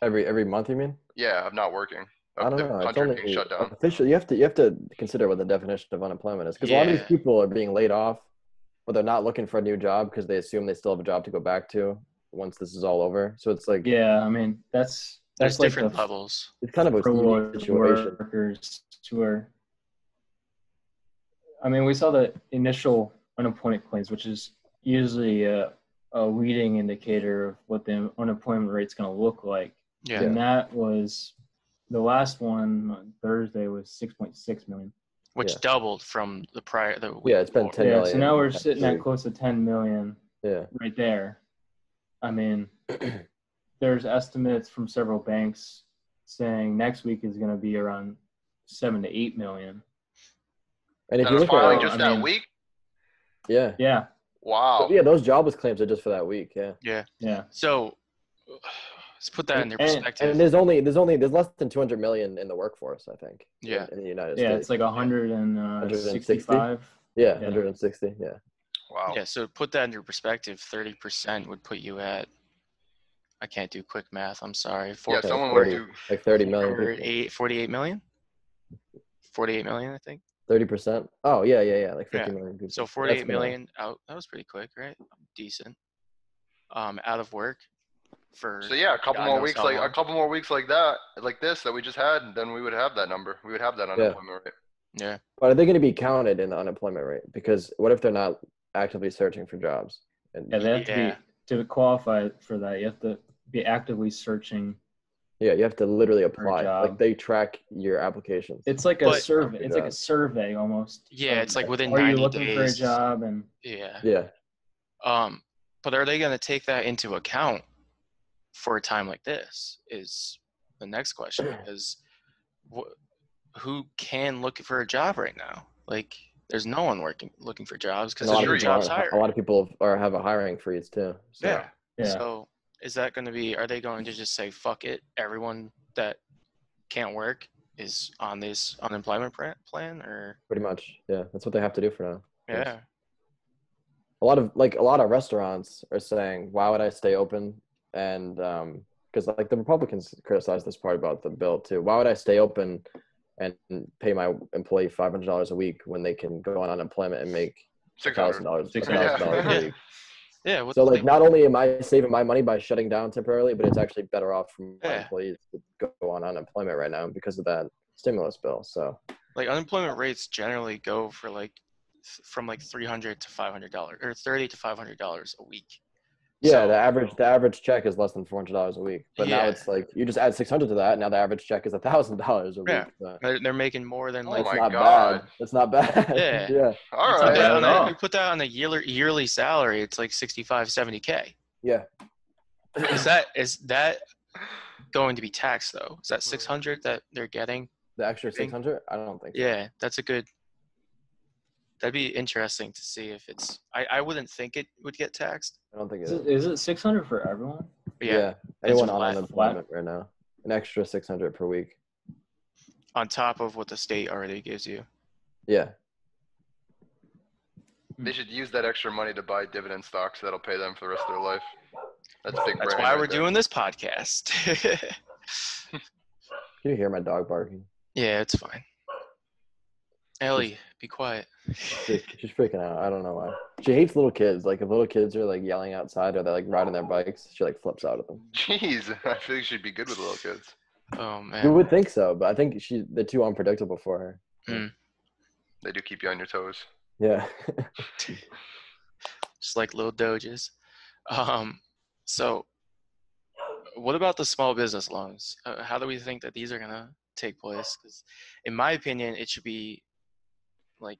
Speaker 2: Every every month, you mean?
Speaker 8: yeah, I'm not working. of
Speaker 2: I don't
Speaker 8: the
Speaker 2: know. It's
Speaker 8: country
Speaker 2: only
Speaker 8: being shut down.
Speaker 2: official. You have to you have to consider what the definition of unemployment is because a lot of these
Speaker 6: Yeah.
Speaker 2: people are being laid off, but they're not looking for a new job because they assume they still have a job to go back to once this is all over. So it's like
Speaker 7: Yeah, I mean that's
Speaker 6: There's
Speaker 7: that's like
Speaker 6: different
Speaker 7: the
Speaker 6: levels.
Speaker 2: it's kind of a
Speaker 7: furloughed
Speaker 2: unique situation.
Speaker 7: workers who are. I mean, we saw the initial unemployment claims, which is usually uh, a leading indicator of what the unemployment rate's going to look like.
Speaker 6: Yeah.
Speaker 7: And that was the last one on Thursday was 6.6 million.
Speaker 6: Which
Speaker 2: Yeah.
Speaker 6: doubled from the prior the week
Speaker 2: Yeah, it's been
Speaker 6: before.
Speaker 2: 10
Speaker 7: yeah, so
Speaker 2: million.
Speaker 7: now we're sitting at
Speaker 2: Absolutely.
Speaker 7: close to 10 million
Speaker 2: Yeah.
Speaker 7: right there. I mean, there's estimates from several banks saying next week is going to be around 7 to 8 million.
Speaker 2: And if
Speaker 8: That
Speaker 2: you
Speaker 8: are
Speaker 2: look
Speaker 8: filing
Speaker 2: at uh,
Speaker 7: it,
Speaker 8: just
Speaker 7: I
Speaker 8: that
Speaker 7: mean-
Speaker 8: week?
Speaker 2: yeah.
Speaker 7: Yeah,
Speaker 8: Wow.
Speaker 2: But yeah, those jobless claims are just for that week. Yeah.
Speaker 7: yeah.
Speaker 6: So let's put that in your
Speaker 7: And- and
Speaker 6: perspective.
Speaker 2: And there's only there's only there's less than 200 million in the workforce, I think. in-
Speaker 6: Yeah.
Speaker 2: In the United
Speaker 7: Yeah,
Speaker 2: States.
Speaker 7: it's like uh, 165.
Speaker 2: yeah,
Speaker 7: yeah.
Speaker 2: 160. Yeah.
Speaker 8: Wow.
Speaker 6: yeah, so put that into perspective, thirty percent would put you at I can't do quick math, I'm sorry. Four
Speaker 8: Yeah,
Speaker 2: Okay,
Speaker 8: someone were
Speaker 2: 40.
Speaker 8: do
Speaker 2: Like 30 million.
Speaker 6: or
Speaker 2: people.
Speaker 6: eight, 48 million? 48 million, I think.
Speaker 2: 30%. Oh, yeah, yeah, yeah. Like
Speaker 6: Yeah.
Speaker 2: fifty million people.
Speaker 6: So
Speaker 2: That's
Speaker 6: 48
Speaker 2: gonna-
Speaker 6: million out. That was pretty quick, right? Decent. Um, out of work for.
Speaker 8: So yeah, a couple
Speaker 6: God
Speaker 8: more
Speaker 6: knows
Speaker 8: weeks
Speaker 6: how
Speaker 8: like a
Speaker 6: long.
Speaker 8: couple more weeks like that, like this that we just had, then we would have that number. We would have that unemployment rate.
Speaker 6: Yeah.
Speaker 2: But are they going to be counted in the unemployment rate? Because what if they're not actively searching for jobs? And
Speaker 7: Yeah,
Speaker 2: yeah,
Speaker 7: they have
Speaker 6: Yeah.
Speaker 7: to be to qualify for that. You have to be actively searching.
Speaker 2: you have to literally
Speaker 7: a
Speaker 2: apply. Like
Speaker 7: job.
Speaker 2: they track your applications.
Speaker 7: It's like a
Speaker 6: But-
Speaker 7: survey. It's like a survey almost.
Speaker 6: Yeah,
Speaker 7: of,
Speaker 6: it's like within
Speaker 7: are you
Speaker 6: 90
Speaker 7: looking for a
Speaker 6: days.
Speaker 7: job? And
Speaker 6: Yeah.
Speaker 2: yeah.
Speaker 6: Um, but are they going to take that into account for a time like this? Is the next question because wh- who can look for a job right now? Like, there's no one working looking for jobs because
Speaker 2: And a lot,
Speaker 8: your
Speaker 2: of
Speaker 6: there's
Speaker 2: people
Speaker 6: no jobs
Speaker 2: are,
Speaker 6: hired.
Speaker 2: a lot of people are have a hiring freeze too. So.
Speaker 6: yeah.
Speaker 7: yeah,
Speaker 6: So is that going to be? Are they going to just say fuck it? Everyone that can't work is on this unemployment pr- plan, or
Speaker 2: Pretty much. Yeah. That's what they have to do for now. Yes.
Speaker 6: yeah,
Speaker 2: a lot of like a lot of restaurants are saying, "Why would I stay open?" And because like the Republicans criticized this part about the bill too. Why would I stay open and pay my employee five hundred dollars a week when they can go on unemployment and make
Speaker 8: Six
Speaker 2: thousand
Speaker 8: hundred.
Speaker 2: dollars,
Speaker 7: Six
Speaker 2: thousand dollars
Speaker 8: hundred.
Speaker 2: a week?
Speaker 6: yeah. What
Speaker 2: So
Speaker 6: the-
Speaker 2: like, not only am I saving my money by shutting down temporarily, but it's actually better off for my
Speaker 6: Yeah.
Speaker 2: employees to go on unemployment right now because of that stimulus bill. So
Speaker 6: like unemployment rates generally go for like th- from like 300 to 500 dollars or 30 to 500 dollars a week
Speaker 2: yeah,
Speaker 6: So-
Speaker 2: the average the average check is less than four hundred dollars a week, but now
Speaker 6: Yeah.
Speaker 2: it's like you just add six hundred to that. Now the average check is thousand dollars a week.
Speaker 6: Yeah.
Speaker 2: So-
Speaker 6: Uh, they're, they're making more than
Speaker 8: Oh
Speaker 6: like
Speaker 2: That's
Speaker 8: my
Speaker 2: not
Speaker 8: God.
Speaker 2: bad. That's not bad.
Speaker 6: Yeah.
Speaker 2: yeah.
Speaker 8: All
Speaker 6: you put,
Speaker 8: right.
Speaker 6: that on
Speaker 7: Yeah.
Speaker 6: a, you put that on a yearly yearly salary it's like 65 70k
Speaker 2: Yeah.
Speaker 6: is that is that going to be taxed though is that
Speaker 8: Hmm.
Speaker 6: 600 that they're getting
Speaker 2: The extra
Speaker 6: Think-
Speaker 2: six hundred? I don't think. so.
Speaker 6: yeah that's a good that'd be interesting to see if it's i i wouldn't think it would get taxed
Speaker 2: I don't think it
Speaker 7: is
Speaker 2: is.
Speaker 7: it, is it 600 for everyone?
Speaker 6: but yeah,
Speaker 2: Anyone on
Speaker 6: flat.
Speaker 2: unemployment right now? An extra six hundred per week.
Speaker 6: on top of what the state already gives you
Speaker 2: Yeah.
Speaker 8: They should use that extra money to buy dividend stocks that'll pay them for the rest of their life. That's big
Speaker 6: that's
Speaker 8: brain
Speaker 6: why
Speaker 8: right
Speaker 6: we're
Speaker 8: there.
Speaker 6: doing this podcast
Speaker 2: Can you hear my dog barking?
Speaker 6: Yeah, it's fine. Ellie, be quiet.
Speaker 2: She's, she's freaking out. I don't know why. She hates little kids. Like if little kids are like yelling outside or they're like riding their bikes, she like flips out at them.
Speaker 8: Jeez, I feel you should be good with little kids.
Speaker 6: Oh
Speaker 2: You
Speaker 6: man.
Speaker 2: would think so, but I think she they're too unpredictable for her.
Speaker 8: They do keep you on your toes.
Speaker 2: Yeah.
Speaker 6: Just like little doges. Um so what about the small business loans? Uh, how do we think that these are going to take place? Cuz in my opinion, it should be like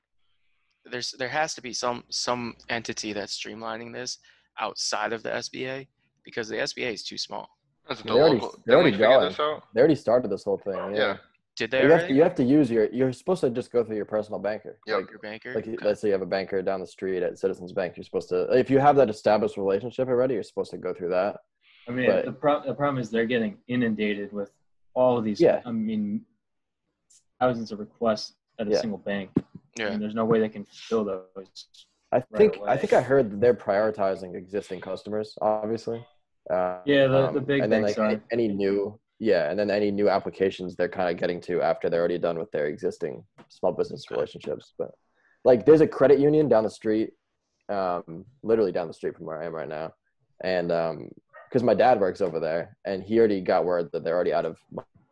Speaker 6: there's there has to be some some entity that's streamlining this outside of the SBA because the SBA is too small.
Speaker 8: That's
Speaker 2: They
Speaker 8: the
Speaker 2: already-
Speaker 8: local.
Speaker 2: they
Speaker 8: Didn't we
Speaker 2: already
Speaker 8: figure
Speaker 2: going.
Speaker 8: this out?
Speaker 2: they already started this whole thing. Yeah.
Speaker 8: Yeah.
Speaker 6: Did they
Speaker 2: You have, to,
Speaker 6: already?
Speaker 2: you have to use your. You're supposed to just go through your personal banker.
Speaker 8: Yep.
Speaker 2: Like,
Speaker 6: your banker.
Speaker 2: Like,
Speaker 6: Okay.
Speaker 2: let's say you have a banker down the street at Citizens Bank. You're supposed to, if you have that established relationship already, you're supposed to go through that.
Speaker 7: I mean,
Speaker 2: But-
Speaker 7: the, pro- the problem is they're getting inundated with all of these.
Speaker 2: Yeah.
Speaker 7: I mean, thousands of requests at a
Speaker 2: Yeah.
Speaker 7: single bank.
Speaker 6: Yeah.
Speaker 7: And there's no way they can fill those.
Speaker 2: I think, I
Speaker 7: away.
Speaker 2: think I heard that they're prioritizing existing customers, obviously. Uh,
Speaker 7: Yeah, the- the big
Speaker 2: and then,
Speaker 7: banks
Speaker 2: like,
Speaker 7: are.
Speaker 2: Any new, yeah, and then any new applications they're kind of getting to after they're already done with their existing small business
Speaker 6: Okay.
Speaker 2: relationships. But like, there's a credit union down the street, um, literally down the street from where I am right now, and um, because my dad works over there, and he already got word that they're already out of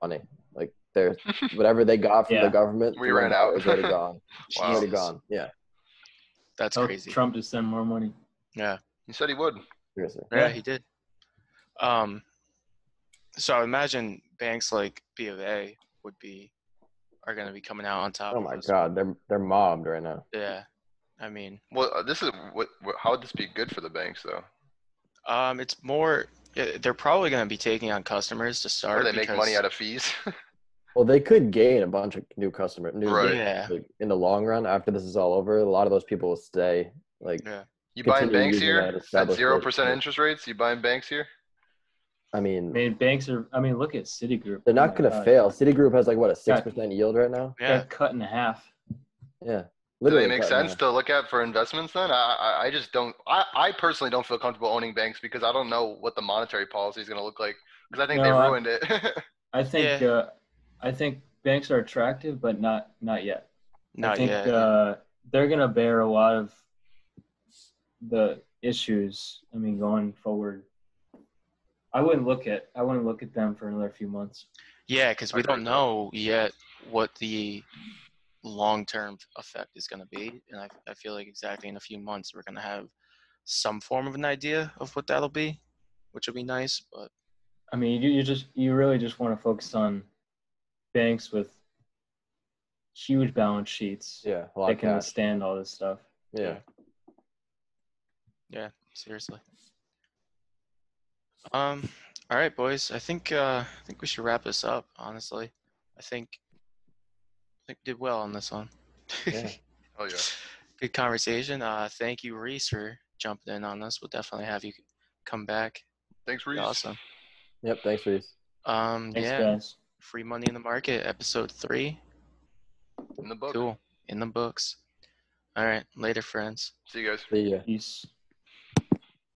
Speaker 2: money. Like, they're whatever they got from
Speaker 7: Yeah.
Speaker 2: the government,
Speaker 8: We
Speaker 2: the
Speaker 8: ran
Speaker 2: one
Speaker 8: out.
Speaker 2: is already gone. It's
Speaker 8: Wow.
Speaker 2: Already
Speaker 6: Jesus.
Speaker 2: gone. Yeah.
Speaker 6: That's
Speaker 7: Tell
Speaker 6: crazy.
Speaker 7: Trump to send more money.
Speaker 6: Yeah.
Speaker 8: He said he would.
Speaker 2: Seriously.
Speaker 6: Yeah, he did. Um, so I would imagine banks like B of A would be are going to be coming out on top.
Speaker 2: Oh
Speaker 6: of
Speaker 2: my
Speaker 6: this.
Speaker 2: god, they're they're mobbed right now.
Speaker 6: Yeah, I mean,
Speaker 8: Well, uh, this is what, what. How would this be good for the banks though?
Speaker 6: um, it's more. yeah, They're probably going to be taking on customers to
Speaker 8: Or
Speaker 6: start.
Speaker 8: they make money
Speaker 6: because-
Speaker 8: out of fees.
Speaker 2: Well, they could gain a bunch of new customer new
Speaker 8: Right.
Speaker 6: Yeah,
Speaker 2: like, in the long run after this is all over. A lot of those people will stay. Like,
Speaker 6: yeah.
Speaker 8: you buying
Speaker 2: Continue
Speaker 8: banks
Speaker 2: using
Speaker 8: here
Speaker 2: that
Speaker 8: at
Speaker 2: established
Speaker 8: zero percent
Speaker 2: relationship.
Speaker 8: interest rates? You buying banks here?
Speaker 2: I
Speaker 7: I
Speaker 2: mean,
Speaker 7: mean, banks are. I mean, look at Citigroup. Oh
Speaker 2: they're not
Speaker 7: my
Speaker 2: going to
Speaker 7: God.
Speaker 2: fail. Citigroup has like what a
Speaker 7: Yeah.
Speaker 2: six percent yield right now.
Speaker 7: Got
Speaker 6: Yeah,
Speaker 7: cut in half.
Speaker 2: Yeah,
Speaker 8: Do they make
Speaker 2: cut in
Speaker 8: sense
Speaker 2: half.
Speaker 8: to look at for investments then? I, I, I just don't. I, I personally don't feel comfortable owning banks because I don't know what the monetary policy is going to look like because I think
Speaker 7: No,
Speaker 8: they
Speaker 7: I-
Speaker 8: ruined it.
Speaker 7: I think.
Speaker 6: Yeah.
Speaker 7: Uh, I think banks are attractive, but not not yet. I
Speaker 6: not
Speaker 7: think
Speaker 6: yet.
Speaker 7: Uh, they're going to bear a lot of the issues. I mean, going forward, I wouldn't look at I wouldn't look at them for another few months.
Speaker 6: Yeah, because we
Speaker 8: Agreed.
Speaker 6: don't know yet what the long-term effect is going to be, and I, I feel like exactly in a few months we're going to have some form of an idea of what that'll be, which will be nice. But
Speaker 7: I mean, you, you just you really just want to focus on banks with huge balance sheets
Speaker 2: Yeah, a lot
Speaker 7: that
Speaker 2: of
Speaker 7: can
Speaker 2: cash.
Speaker 7: withstand all this stuff.
Speaker 2: Yeah,
Speaker 6: yeah, seriously. Um. All right, boys. I think uh, I think we should wrap this up. Honestly, I think I think we did well on this one.
Speaker 2: Yeah.
Speaker 8: oh yeah.
Speaker 6: Good conversation. Uh, thank you, Reese, for jumping in on this. We'll definitely have you come back.
Speaker 8: Thanks,
Speaker 6: Be
Speaker 8: Reese.
Speaker 6: Awesome.
Speaker 2: yep. Thanks, Reese.
Speaker 6: Um,
Speaker 7: Thanks,
Speaker 6: yeah.
Speaker 7: guys.
Speaker 6: Free Money in the Market, episode three.
Speaker 8: In the book.
Speaker 6: Cool. In the books. All right. Later, friends.
Speaker 8: See you guys.
Speaker 2: See ya.
Speaker 7: Peace.